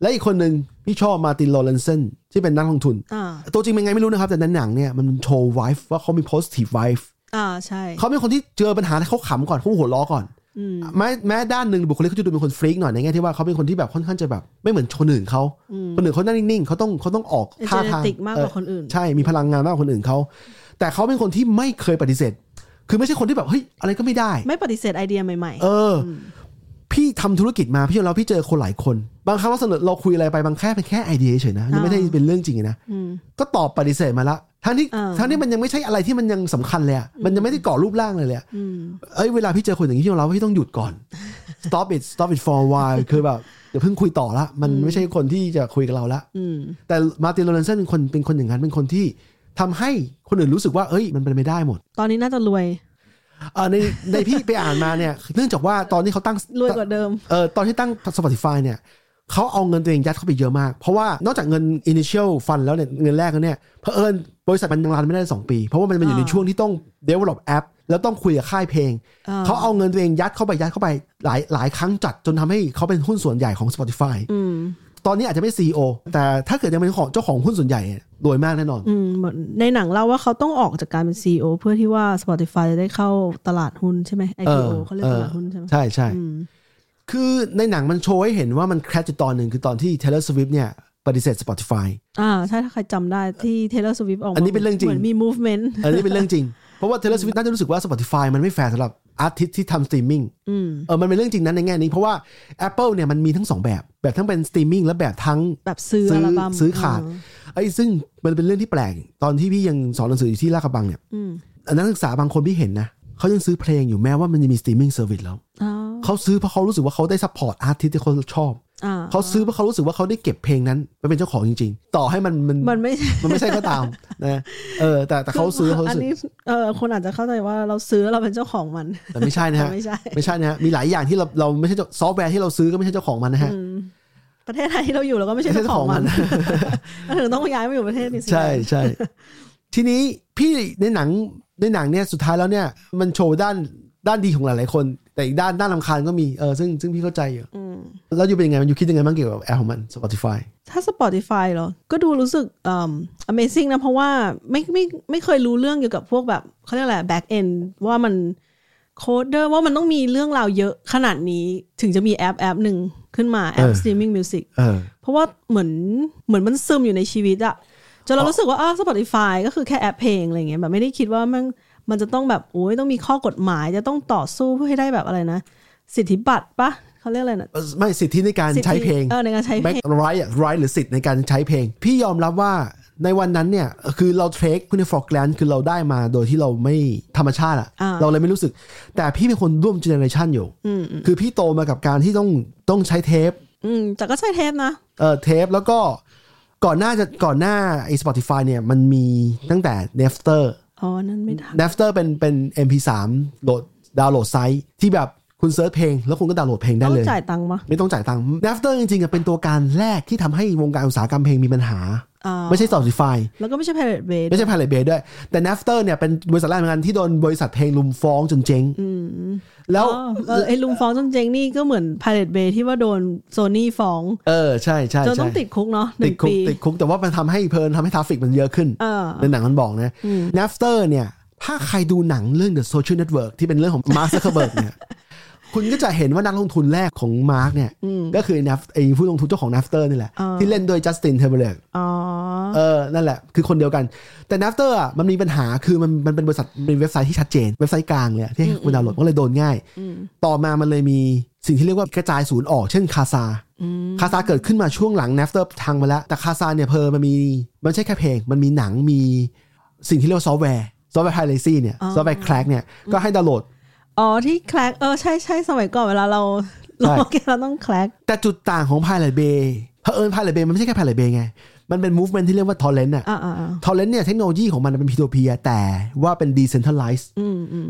Speaker 2: และอีกคนหนึ่งพี่ชอบมาร์ตินโลเรนเซนที่เป็นนักลงทุน
Speaker 1: อ่า
Speaker 2: ตัวจริงเป็นไงไม่รู้นะครับ แต่ในหนังเนี่ยมันโชว์ไวฟ์ว่าเขามี positive wife
Speaker 1: อ่าใช่
Speaker 2: เขาเป็นคนที่เจอปัญหาแล้วเขาขำก่อนเขาหัวล้อก่อน
Speaker 1: อืม
Speaker 2: แม้แม้ด้านหนึ่งบุคลิกเขาจะดูเป็นคนฟรีกหน่อยในแง่ที่ว่าเขาเป็นคนที่แบบค่อนข้างจะแบบ ไม่เหมือนคนอื่นเขาคนอื่นเขานั่งนิ่งๆเขาต้องเขาต้องออก
Speaker 1: เอเจ
Speaker 2: ท่า
Speaker 1: เน
Speaker 2: ทาง
Speaker 1: ติกมากกว่า
Speaker 2: เอ
Speaker 1: คนอื่น
Speaker 2: อใช่มีพลังงานมากกว่าคนอื่นเขาแต่เขาเป็นคนที่ไม่เคยปฏิเสธ คือไม่ใช่คนที่แบบเฮ้ยอะไรก็ไม่ได้
Speaker 1: ไม่ปฏิเสธไอเดียใหม่
Speaker 2: เอออ พี่ทำธุรกิจมาพี่ยอมรับพี่เจอคนหลายคน บางครั้งเราเสนอเราคุยอะไรไปบางแค่เป็นแค่ไอเดียเฉยๆนะยังไม่ได้
Speaker 1: อ่า
Speaker 2: เป็นเรื่องจริงนะ
Speaker 1: ๆ อืม
Speaker 2: ก็ตอบปฏิเสธมาละทั้งที่
Speaker 1: อ่า
Speaker 2: ทั้งที่มันยังไม่ใช่อะไรที่มันยังสำคัญเลยอะมันยังไม่ได้ก่อรูปร่างเลยเลยอะ
Speaker 1: อืม
Speaker 2: เอ้ยเวลาพี่เจอคนอย่างนี้พี่ยอมรับว่าพี่ต้องหยุดก่อน stop it stop it for a while คือแบบอย่าเพิ่งคุยต่อละมันไม่ใช่คนที่จะคุยกับเราละ
Speaker 1: อืม
Speaker 2: แต่มาร์ตินโรเลนเซนเป็นคนเป็นคนอย่างนั้นเป็นคนที่ทำให้คนอื่นรู้สึกว่าเอ้ยมันเป็นไม่ได้หมด
Speaker 1: ตอนนี้น่าจะรวย
Speaker 2: เอ่อในในพี่ไปอ่านมาเนี่ยเนื่องจากว่าตอนที่เขาตั้ง
Speaker 1: รวยกว่าเดิม
Speaker 2: เออตอนที่ตั้ง Spotify เนี่ยเขาเอาเงินตัวเองยัดเข้าไปเยอะมาก เพราะว่านอกจากเงิน initial fund แล้วเนี่ยเงินแรกแล้วเนี่ยเผอิญบริษัทมันยังรันไม่ได้ 2 ปี เพราะว่ามันมันอยู่ใน
Speaker 1: อ่า
Speaker 2: ช่วงที่ต้อง develop app แล้วต้องคุยกับค่ายเพลง
Speaker 1: อ่า
Speaker 2: เขาเอาเงินตัวเองยัดเข้าไปยัดเข้าไปหลายหลายครั้งจัดจนทำให้เขาเป็นหุ้นส่วนใหญ่ของ Spotify
Speaker 1: อืม
Speaker 2: ตอนนี้อาจจะไม่ CEO แต่ถ้าเกิดยังเป็นของเจ้าของหุ้นส่วนใหญ่เนี่ยรวยมากแน่นอน
Speaker 1: อืมเหมือนในหนังเล่าว่าเขาต้องออกจากการเป็นซีอเพื่อที่ว่า Spotify จะได้เข้าตลาดหุ้นใช่ไหม IPO
Speaker 2: เออ
Speaker 1: เขาเรียกตลาดหุ้นใช่ไหม
Speaker 2: ใช่ใช่
Speaker 1: อืม
Speaker 2: คือในหนังมันโชว์ให้เห็นว่ามันแคชอยู่ตอนหนึ่งคือตอนที่ Taylor Swift เนี่ยปฏิเสธ Spotify
Speaker 1: อ่าใช่ถ้าใครจำได้ที่ Taylor Swift ออกมา
Speaker 2: อันนี้เป็นเรื่องจริง
Speaker 1: เหมือนมี movement
Speaker 2: อันนี้เป็นเรื่องจริง เพราะว่า Taylor Swift น่าจะรู้สึกว่า Spotify มันไม่แฟร์สำหรับอาร์ติสที่ทำสตรีมมิ่ง
Speaker 1: อืม
Speaker 2: เออมันเป็นเรื่องจริงนั้นในแง่นี้ เพราะว่า Apple เนี่ยมันมีทั้ง 2 แบบ แบบทั้งเป็นสตรีมมิ่งและแบบทั้ง
Speaker 1: แบบซื้อ
Speaker 2: ซื้อ
Speaker 1: อัลบั้ม
Speaker 2: ซื้อขาด ไอ้ซึ่งมันเป็นเรื่องที่แปลก ตอนที่พี่ยังสอนหนังสืออยู่ที่ลาดกระบังเนี่ย
Speaker 1: อืม
Speaker 2: นักศึกษาบางคนพี่เห็นนะเขายังซื้อเพลงอยู่แม้ว่ามันจะมีสตรีมมิ่งเซอร์วิสแล้ว
Speaker 1: อ๋อ
Speaker 2: เขาซื้อเพราะเขารู้สึกว่าเขาได้ซัพพอร์ตอาร์ติสที่เขาชอบ
Speaker 1: อ่า
Speaker 2: เขาซื้อเพราะเขารู้สึกว่าเขาได้เก็บเพลงนั้นไปเป็นเจ้าของจริง ๆ ต่อให้มันมัน
Speaker 1: มันไม่
Speaker 2: มันไม่ใช่ก็ตามนะเออแต่แต่เขาซื้อเขา
Speaker 1: อัน
Speaker 2: ซื้อ
Speaker 1: นี้เออคนอาจจะเข้าใจว่าเราซื้อเราเป็นเจ้าของมัน
Speaker 2: แต่ไม่ใช่นะ
Speaker 1: แต่
Speaker 2: ฮะ
Speaker 1: ไม่ใช่
Speaker 2: ไม่ใช่นะฮะมีหลายอย่างที่เราเราไม่ใช่เจ้าซอฟต์แวร์ที่เราซื้อก็ไม่ใช่เจ้าของมันนะฮะ
Speaker 1: ประเทศไทยที่เราอยู่เราก็ไม่ใช่เจ้าของมันเราถึงต้องย้ายมาอยู่ประเทศนี้สิ
Speaker 2: ใช่ใช่ ทีนี้พี่ในหนังในหนังเนี่ยสุดท้ายแล้วเนี่ยมันโชว์ด้านด้านดีของหลายๆคน แต่อีกด้านด้านลำคาญก็มีเออซึ่งซึ่งพี่เข้าใจอยู่
Speaker 1: อืม
Speaker 2: แล้วอยู่เป็นยังไงมันอยู่คิดยังไงบ้างเกี่ยวกับแอปของมัน Spotify
Speaker 1: ถ้า Spotify เหรอ ก็ดูรู้สึกเอิ่ม Amazing นะ เพราะว่าไม่ไม่ไม่เคยรู้เรื่องเกี่ยวกับพวกแบบเขาเรียกอะไร back end ว่ามันโคดเดอร์ว่ามันต้องมีเรื่องราวเยอะขนาดนี้ถึงจะมีแอปแอปหนึ่งขึ้นมาแอป
Speaker 2: เออ
Speaker 1: streaming music
Speaker 2: เออ
Speaker 1: เพราะว่าเหมือนเหมือนมันซึมอยู่ในชีวิตอะจนเรารู้สึกว่าอ้าว Spotify ก็คือแค่แอปเพลงอะไรเงี้ยแบบไม่ได้คิดว่ามันมันจะต้องแบบโอ้ยต้องมีข้อกฎหมายจะต้องต่อสู้เพื่อให้ได้แบบอะไรนะ สิทธิบัตรปะเขาเรียกอะไรนะ
Speaker 2: ไม่สิทธิในการ
Speaker 1: สิทธิ
Speaker 2: ใช้เพลง
Speaker 1: เออในการใช้เพ
Speaker 2: แบ็
Speaker 1: ล
Speaker 2: ก
Speaker 1: ง
Speaker 2: ไรท์ไรท์หรือสิทธิ์ในการใช้เพลง พี่ยอมรับว่าในวันนั้นเนี่ย คือเราเทรคคุณในฟอกแลนคือเราได้มาโดยที่เราไม่ธรรมชาติอะ
Speaker 1: อ่า
Speaker 2: เราเลยไม่รู้สึก แต่พี่เป็นคนร่วมเจเนอเรชันอยู่ คือพี่โตมากับการที่ต้องต้องใช้เทป
Speaker 1: อืมแต่ก็ใช้เทปนะ
Speaker 2: เอ่อเทปแล้วก็ก่อนหน้าจะก่อนหน้าไอ้ Spotify เนี่ยมันมีตั้งแต่ n a f t e r
Speaker 1: อ๋อ นั่นไม่ทัน
Speaker 2: n a f t e r เป็นเป็น MP3 โหลดดาวน์โหลดไซต์ที่แบบคุณเซิร์ชเพลง แล้วคุณก็ดาวน์โหลดเพลงได้
Speaker 1: ต้อง
Speaker 2: เลย
Speaker 1: จ่ายตังค์ปะ
Speaker 2: ไม่ต้องจ่ายตังค์ n a f t e r จริงๆอะเป็นตัวการแรกที่ทำให้วงการอุตสาหกรรมเพลงมีปัญหา
Speaker 1: อ่า
Speaker 2: ไม่ใช่ Spotify
Speaker 1: แล้วก็ไม่ใช่ private way
Speaker 2: ไม่ใช่ Pirate Bay ด้วย แต่ n a f t e r เนี่ยเป็นบริษัทแรกเหมือนกันที่โดนบริษัทเพลงลุมฟ้องจนเจ๊งแล้
Speaker 1: อ๋
Speaker 2: ว
Speaker 1: อเออไอ้ลุงฟ้องจนเจงนี่ก็เหมือน private way ที่ว่าโดนโซนี่ฟ้อง
Speaker 2: เออ ใช่ใช่
Speaker 1: จน
Speaker 2: ใช่
Speaker 1: ต้องติดคุกเนาะห
Speaker 2: ติ
Speaker 1: นึ่
Speaker 2: ด
Speaker 1: ง
Speaker 2: คุก
Speaker 1: ปี
Speaker 2: ติดคุกแต่ว่ามันทำให้เพลินทำให้ทราฟิกมันเยอะขึ้น
Speaker 1: เออ
Speaker 2: ในหนังมันบอกนะ n a f t e r เนี่ย ถ้าใครดูหนังเรื่อง The Social Network ที่เป็นเรื่องของ Mark Zuckerberg เนี่ย <laughs> คุณก็จะเห็นว่านักลงทุนแรกของมาร์กเนี่ย ก็คือ Naf- ไอ้ผู้ลงทุนเจ้าของ n a f t e r นี่แหละ ที่เล่นโดย Justin Timberlake
Speaker 1: อ๋อ
Speaker 2: เออ นั่นแหละ คือคนเดียวกัน แต่ n a f t e r อ่ะ มันมีปัญหา คือมัน มันเป็นบริษัท เป็นเว็บไซต์ที่ชัดเจน เว็บไซต์กลางเลยอะที่ให้คุณดาวน์โหลดก็เลยโดนง่าย ต่อมามันเลยมีสิ่งที่เรียกว่ากระจายศูนย์ออก เช่นคาซา คาซาเกิดขึ้นมาช่วงหลัง n a f t e r ทางมาแล้ว แต่คาซาเนี่ยเพอมันมี มันไม่ใช่แค่เพลง มันมีหนัง มีสิ่งที่เรียกว่าซอฟต์แวร์ ซอฟต์แวร์ไพเรซีเนี่ย ซอฟต์แวร์แคลกเนี่ย ก็ให้ดาวน์โหลด
Speaker 1: อ๋อ ที่แคลกเออ ใช่ใช่สมัยก่อนเวลาเรา <laughs> เรา
Speaker 2: ใช่
Speaker 1: เราต้องแคลก
Speaker 2: แต่จุดต่างของ Pirate Bay เผอิญ Pirate Bay มันไม่ใช่แค่ Pirate Bay ไง มันเป็น movement ที่เรียกว่า torrent อะ
Speaker 1: อ่าอ่าอ่า
Speaker 2: ทอร์เรนต์เนี่ยเทคโนโลยีของมันเป็น P2P อะแต่ว่าเป็น decentralized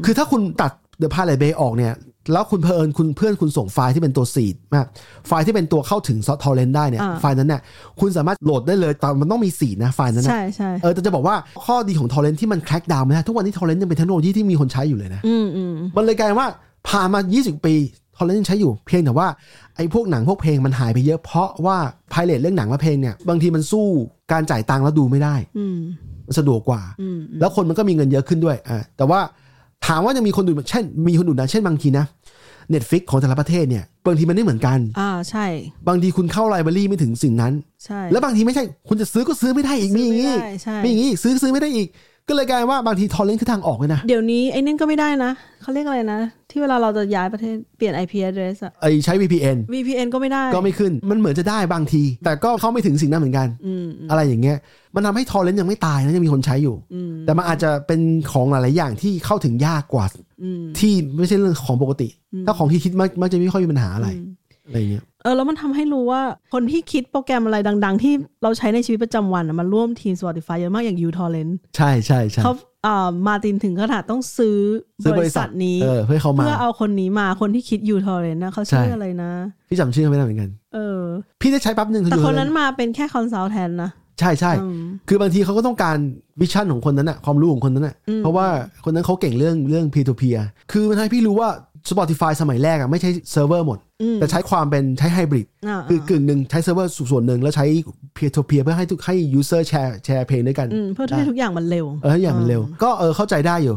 Speaker 2: คือถ้าคุณตัด The Pirate Bay ออกเนี่ย แล้วคุณเพอิญคุณเพื่อนคุณส่งไฟล์ที่เป็นตัวสีดมากไฟล์ที่เป็นตัวเข้าถึงทอร์เรนต์ได้เนี่ย ไฟล์นั้นเนี่ยคุณสามารถโหลดได้เลยแต่มันต้องมีสีดนะไฟล์นั้นนะ
Speaker 1: ใช่ใช่
Speaker 2: เออแต่จะบอกว่าข้อดีของทอร์เรนต์ที่มันแคร็กดาวน์ไม่ได้ทุกวันนี้ทอร์เรนต์ยังเป็นเทคโนโลยีที่มีคนใช้อยู่เลยนะ
Speaker 1: อืมอืม
Speaker 2: มันเลยกลายเป็นว่าผ่านมา 20 ปีท อนนั้นยังใช้อยู่เพียงแต่ว่าไอ้พวกหนังพวกเพลงมันหายไปเยอะเพราะว่าพายเลทเรื่องหนังและเพลงเนี่ยบางทีมันสู้การจ่ายตังค์แล้วดูไม่ได้
Speaker 1: อืม
Speaker 2: มันสะดวกกว่า
Speaker 1: อืม
Speaker 2: แล้วคนมันก็มีเงินเยอะขึ้นด้วยอ่าแต่ว่าถามว่ายังมีคนดูดเช่น มีคนดูดนะเช่นบางทีนะเน็ตฟิกของแต่ละประเทศเนี่ยบางทีมันไม่เหมือนกัน
Speaker 1: อ่าใช่
Speaker 2: บางทีคุณเข้าไลบรารีไม่ถึงสิ่งนั้น
Speaker 1: ใช่
Speaker 2: แล้วบางทีไม่ใช่คุณจะซื้อก็ซื้อไม่ได้อีกมีอย่างนี้
Speaker 1: ซื้ไม่ได้ใช่
Speaker 2: มีอย่างนี้ซื้อซื้อไม่ได้อีก ก็เลยกลายว่าบางทีทอร์เรนต์คือทางออกเลยนะ
Speaker 1: เดี๋ยวนี้ไอ้นั่นก็ไม่ได้นะเขาเรียกอะไรนะ ที่เวลาเราจะย้ายประเทศเปลี่ยน IP address อะ
Speaker 2: ไอใช้ VPN
Speaker 1: VPN ก็ไม่ได้
Speaker 2: ก็ไม่ขึ้นมันเหมือนจะได้บางที แต่ก็เข้าไม่ถึงสิ่งนั้นเหมือนกัน
Speaker 1: อืม
Speaker 2: อะไรอย่างเงี้ยมันทำให้ทอร์เรนต์ยังไม่ตายนะยังมีคนใช้อยู่
Speaker 1: อืม
Speaker 2: แต่มันอาจจะเป็นของหลายๆอย่างที่เข้าถึงยากกว่า
Speaker 1: อืม
Speaker 2: ที่ไม่ใช่เรื่องของปกติ
Speaker 1: อืม
Speaker 2: ถ้าของที่คิดมักมักจะไม่ค่อยมีปัญหาอะไร
Speaker 1: ม
Speaker 2: อะไรเงี้ย
Speaker 1: เออแล้วมันทำให้รู้ว่าคนที่คิดโปรแกรมอะไรดัง ๆ ที่เราใช้ในชีวิตประจำวันอะมันร่วมทีม Spotify เยอะมากอย่าง uTorrent
Speaker 2: ใช่ใช่ใช่
Speaker 1: เขาอ่ามาตินถึงขนาดต้องซื้อ
Speaker 2: ซื้อบ ริ
Speaker 1: ริ
Speaker 2: ษั
Speaker 1: ษั
Speaker 2: ท
Speaker 1: ทนี้
Speaker 2: เออเพื่อให้เขามา
Speaker 1: เพื่อเอาคนนี้มาคนที่คิด uTorrent นะเขาชื่
Speaker 2: ใช่
Speaker 1: ออะไรนะ
Speaker 2: พี่จำชื่อไม่ได้เหมือนกัน
Speaker 1: เออ
Speaker 2: พี่ได้ใช้แป๊บหนึ่ง
Speaker 1: แต่
Speaker 2: อยู่
Speaker 1: คนนั้น
Speaker 2: เลย
Speaker 1: มาเป็นแค่คอนซัลแทนนะ
Speaker 2: ใช่ใช่
Speaker 1: อืม
Speaker 2: คือบางทีเขาก็ต้องการวิชั่นของคนนั้นอะความรู้ของคนนั้นอะ
Speaker 1: อืม
Speaker 2: เพราะว่าคนนั้นเขาเก่งเรื่องเรื่อง peer to peer คือมันทำให้พี่รู้ว่า Spotify สมัยแรกอะไม่ใช้เซิร์ฟเวอร์หมด
Speaker 1: อืม
Speaker 2: แต่ใช้ความเป็นใช้ไฮบริด
Speaker 1: า
Speaker 2: คือกึ่งหนึ่งใช้เซิร์ฟเวอร์ส่วนหนึ่งแล้วใช้ peer to peer เพื่อให้ทุกให้ user แชร์แชร์เพลงด้วยกัน
Speaker 1: มเพื่อให้ทุกอย่างมันเร็ว
Speaker 2: เอออย่างมันเร็ว ก็เออเข้าใจได้อยู่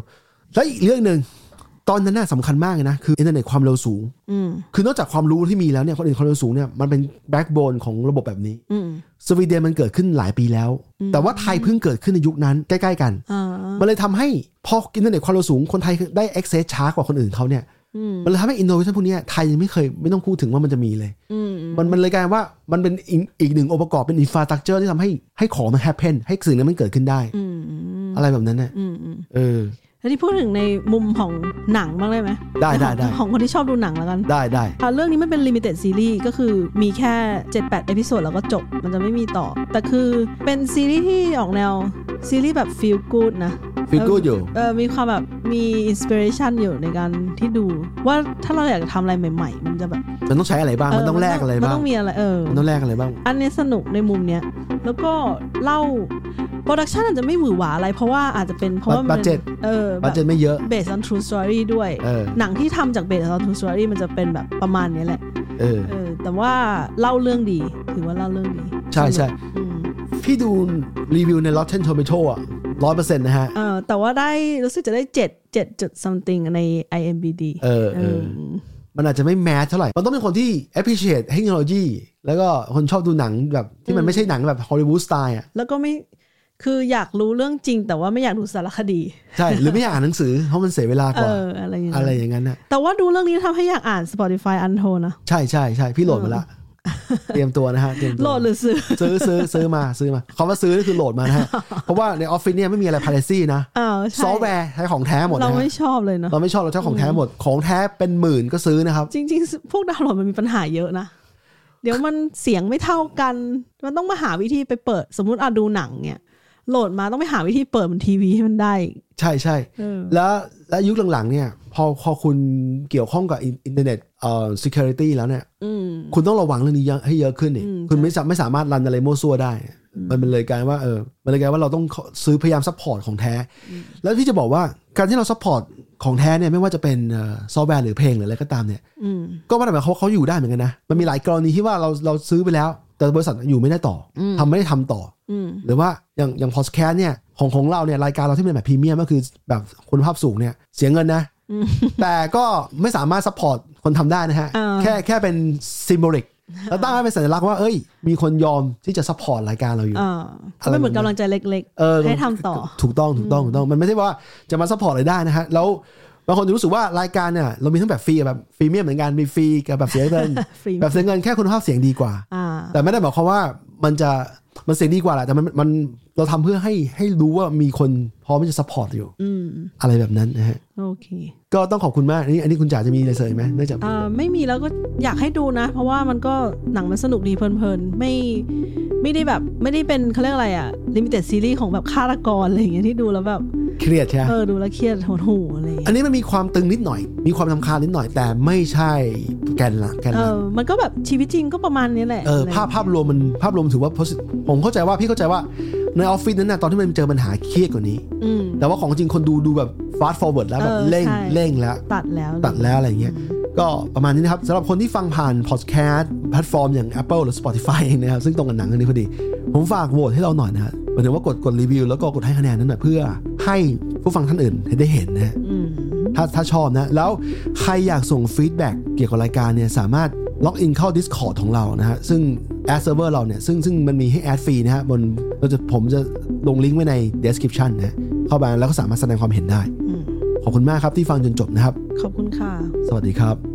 Speaker 2: แล้วอีกเรื่องหนึ่งตอนนั้นน่าสำคัญมากเลยนะคืออินเทอร์เน็ตความเร็วสูง
Speaker 1: อืม
Speaker 2: คือนอกจากความรู้ที่มีแล้วเนี่ยคนอื่นความเร็วสูงเนี่ยมันเป็นแบ็กโบนของระบบแบบนี้
Speaker 1: อืม
Speaker 2: สวีเดนมันเกิดขึ้นหลายปีแล้ว
Speaker 1: อืม
Speaker 2: แต่ว่าไทยเพิ่งเกิดขึ้นในยุคนั้นใกล้ๆกัน
Speaker 1: อ่า
Speaker 2: มันเลยทำให้พออินเทอร์เน็ตความเร็วสูงคนไทยได้ access ช้ากว่าคนอื่นเขาเนี่ย
Speaker 1: อืม
Speaker 2: มันเลยทำให้ innovation พวกเนี้ยไทยยังไม่เคยไม่ต้องพูดถึงว่ามันจะมีเลย
Speaker 1: อืม
Speaker 2: มันมันเลยกลายว่ามันเป็นอีกอีกหนึ่งองค์ประกอบเป็น infrastructure ที่ทำให้ให้ของมัน happen ให้สิ่งนั้นมันเกิดขึ้นได้
Speaker 1: อืมอืม
Speaker 2: อะไรแบบนั้นเนี่ย
Speaker 1: อืมอืม
Speaker 2: เออ
Speaker 1: แล้วที่พูดถึงในมุมของหนังบ้างได้ไหม
Speaker 2: ได้ได้ได้
Speaker 1: <laughs> ของคนที่ชอบดูหนังแล้วกัน
Speaker 2: ได้ได้
Speaker 1: อ่าเรื่องนี้มันเป็นลิมิเต็ดซีรีส์ก็คือมีแค่ 78 เอพิโซดแล้วก็จบ มันจะไม่มีต่อ แต่คือเป็นซีรีส์ที่ออกแนว ซีรีส์แบบฟีลกู o ดนะ
Speaker 2: feel good อยู่
Speaker 1: เออมีความแบบมีอินสปิเรชันอยู่ในการที่ดู ว่าถ้าเราอยากจะทำอะไรใหม่ ๆ มันจะแบบ
Speaker 2: มันต้องใช้อะไรบ้าง
Speaker 1: เ
Speaker 2: มันต้องแลกอะไร
Speaker 1: มัน
Speaker 2: บ้าง
Speaker 1: ต้องมีอะไรเออ
Speaker 2: มันต้องแลกอะไรบ้าง
Speaker 1: อันนี้สนุกในมุมเนี้ย แล้วก็เล่าโปรดักชันอาจจะไม่หวือหวาอะไร เพราะว่าอาจจะเป็นเพราะว่ามัน
Speaker 2: Budget
Speaker 1: เออ
Speaker 2: บัตเจ็ตไม่เยอะ
Speaker 1: เบสออนทรูสตอรี่ด้วย
Speaker 2: เออ
Speaker 1: หนังที่ทำจากเบสออนทรูสตอรี่มันจะเป็นแบบประมาณเนี้ยแหละ
Speaker 2: เออ
Speaker 1: เออแต่ว่าเล่าเรื่องดีถือว่าเล่าเรื่องดี
Speaker 2: ใช่ใช่
Speaker 1: สนุกอืม
Speaker 2: พี่ดูรีวิวใน Rotten Tomato อ่ะร้อยเปอร์เซ็นต์นะฮะ
Speaker 1: เออแต่ว่าได้รู้สึกจะได้เจ็ดเจ็ดจุด something ใน IMBD
Speaker 2: เออเออ
Speaker 1: ม
Speaker 2: มันอาจจะไม่แมสเท่าไหร่ มันต้องเป็นคนที่ appreciate เทคโนโลยี แล้วก็คนชอบดูหนังแบบที่มันไม่ใช่หนังแบบฮอลลีวูดสไตล์อ่ะ
Speaker 1: แล้วก็ไม่ คืออยากรู้เรื่องจริง แต่ว่าไม่อยากดูสารคดี
Speaker 2: ใช่ <laughs> หรือไม่อยากอ่านหนังสือ เพราะมันเสียเวลา
Speaker 1: เอก
Speaker 2: ว่า
Speaker 1: อ อะไรอย่าง
Speaker 2: อะ
Speaker 1: เงี้
Speaker 2: ไร
Speaker 1: ย
Speaker 2: อย่างนั้นน่ะ
Speaker 1: แต่ว่าดูเรื่องนี้ทำให้อยากอ่าน Spotify อันโทนะ
Speaker 2: ใช่ใช่ใช่พี่โหลดมาละ เตรียมตัวนะฮะ เตรียมตัว
Speaker 1: โหลดหรือซื้ <laughs> อ
Speaker 2: ซื้อซื้อซื้อมาซื้อมาคำว่าซื้อก็คือโหลดมา <laughs> นะฮะ เพราะว่าในออฟฟิศเนี่ยไม่มีอะไรพาเลซี่นะ
Speaker 1: อ้าวใช่
Speaker 2: ซอฟต์แวร์ใช้ของแท้หมดนะ
Speaker 1: เรา
Speaker 2: ฮะ
Speaker 1: ไม่ชอบเลยเนาะ
Speaker 2: เราไม่ชอบเราใช้ของแท้หมด ของแท้เป็นหมื่นก็ซื้อนะครับ
Speaker 1: จริง ๆ พวกดาวน์โหลดมันมีปัญหาเยอะนะ เดี๋ยวมันเสียงไม่เท่ากัน มันต้องมาหาวิธีไปเปิด สมมุติอะดูหนังเนี่ย โหลดมาต้องไปหาวิธีเปิดบนทีวีให้มันได้อีก
Speaker 2: ใช่ใช่
Speaker 1: เออ
Speaker 2: แล้วและยุคหลังๆเนี่ยพอพอคุณเกี่ยวข้องกับอินเทอร์เน็ตเอ่อ security แล้วเนี่ย
Speaker 1: อืม
Speaker 2: คุณต้องระวังเรื่องนี้เยอะให้เยอะขึ้นอีก
Speaker 1: อืม
Speaker 2: คุณไม่สาไม่สามารถรันอะไรมั่วซั่วได้ มันเป็นเลยกลารว่าเออมันเลยกลารว่าเราต้องซื้อพยายามซัพพอร์ตของแท้ แล้วพี่จะบอกว่าการที่เราซัพพอร์ตของแท้เนี่ยไม่ว่าจะเป็นซอฟต์แวร์หรือเพลงหรืออะไรก็ตามเนี่ย
Speaker 1: อืม
Speaker 2: ก็ไม่ได้หมายความว่าเขาอยู่ได้เหมือนกันนะมันมีหลายกรณีที่ว่าเราเราซื้อไปแล้ว แต่บริษัทอยู่ไม่ได้ต่ออทำไม่ได้ทำต่อ
Speaker 1: อืม
Speaker 2: หรือว่าอย่างอย่างพอดแคสต์เนี่ยของของเราเนี่ยรายการเราที่เป็นแบบพรีเมียมก็คือแบบคุณภาพสูงเนี่ยเสียเงินนะ
Speaker 1: อืม
Speaker 2: แต่ก็ไม่สามารถซัพพอร์ตคนทำได้นะฮะ
Speaker 1: อ่า
Speaker 2: แค่แค่เป็นซิมโบลิกแล้วตั้งให้เป็นสัญลักษณ์ว่าเอ้ย มีคนยอมที่จะซัพพอร์ตรายการเราอยู่
Speaker 1: อ่า
Speaker 2: อะไร
Speaker 1: มันเหมือน
Speaker 2: แบบนั้น
Speaker 1: กำลังใจเล็ก
Speaker 2: เออ
Speaker 1: ๆ ให้ทำต่อ
Speaker 2: ถูกต้องถูกต้องถูกต้องมันไม่ใช่ว่าจะมาซัพพอร์ตอะไรได้นะฮะ แล้วบางคนจะรู้สึกว่ารายการเนี่ยเรามีทั้งแบบฟรีกับแบบฟรีเมียมเหมือนกันมีฟรีกับแบบเสียเงิน
Speaker 1: <laughs> ฟรี
Speaker 2: แบบเสียเงินแค่คุณภาพเสียงดีกว่า
Speaker 1: อ่า
Speaker 2: แต่ไม่ได้บอกความว่ามันจะมันเสียงดีกว่าแหละแต่มันมันเราทำเพื่อให้ให้รู้ว่ามีคนพร้อมที่จะซัพพอร์ตอยู่
Speaker 1: อืม
Speaker 2: อะไรแบบนั้นนะฮะ
Speaker 1: โอเค
Speaker 2: ก็ต้องขอบคุณมากอันนี้อันนี้คุณจ๋าจะมีอะไรเสริมไหมนอกจาก
Speaker 1: อ่าไม่มีแล้วก็อยากให้ดูนะ เพราะว่ามันก็หนังมันสนุกดีเพลินๆ ไม่ไม่ได้แบบไม่ได้เป็นเขาเรียกอะไรอะลิมิเต็ดซีรีส์ของแบบฆาตกรอะไรอย่างเงี้ยที่ดูแล้วแบบ
Speaker 2: เครียดใช่ไหม
Speaker 1: เออ ดูแล้วเครียดหดหูอะไรอย่าง
Speaker 2: อั
Speaker 1: เงี้ย
Speaker 2: นนี้มันมีความตึงนิดหน่อย มีความทำคาญนิดหน่อย แต่ไม่ใช่แกนหลักแกน
Speaker 1: เอ
Speaker 2: หลัก
Speaker 1: อมันก็แบบชีวิตจริงก็ประมาณนี้แหละ
Speaker 2: เออภาพภาพรวมมันภาพรวมถือว่า positive ผมเข้าใจว่าพี่เข้าใจว่าในออฟฟิศนั้นนะตอนที่มันเจอปัญหาเครียดกว่านี้
Speaker 1: อืม
Speaker 2: แต่ว่าของจริงคนดูดูแบบ fast forward แล้วแบบ
Speaker 1: เออ
Speaker 2: เร่ง
Speaker 1: ใช่
Speaker 2: เร่งแล้ว
Speaker 1: ตัดแล้ว
Speaker 2: ตัดแล้วอะไรอย่างเงี้ย ก็ประมาณนี้นะครับสำหรับคนที่ฟังผ่านพอดแคสต์แพลตฟอร์มอย่าง Apple หรือ Spotify เองนะครับ ซึ่งตรงกับหนังเรื่องนี้พอดี ผมฝากโหวตให้เราหน่อยนะฮะหมายถึงว่ากดกดรีวิวแล้วก็กดให้คะแนนนั้นหน่อยเพื่อให้ผู้ฟังท่านอื่นได้เห็นนะฮะ
Speaker 1: อืม
Speaker 2: ถ้าถ้าชอบนะ แล้วใครอยากส่งฟีดแบ็กเกี่ยวกับรายการเนี่ย สามารถล็อกอินเข้า Discord ของเรานะฮะ ซึ่งแอดเซิร์ฟเวอร์เราเนี่ย ซึ่งซึ่งมันมีให้แอดฟรีนะฮะบนเราจะผมจะลงลิงก์ไว้ใน description นะฮะเข้าไปแล้วก็สามารถแสดงความเห็นได้
Speaker 1: อืม
Speaker 2: ขอบคุณมากครับที่ฟังจนจบนะครับ
Speaker 1: ขอบคุณค่ะ
Speaker 2: สวัสดีครับ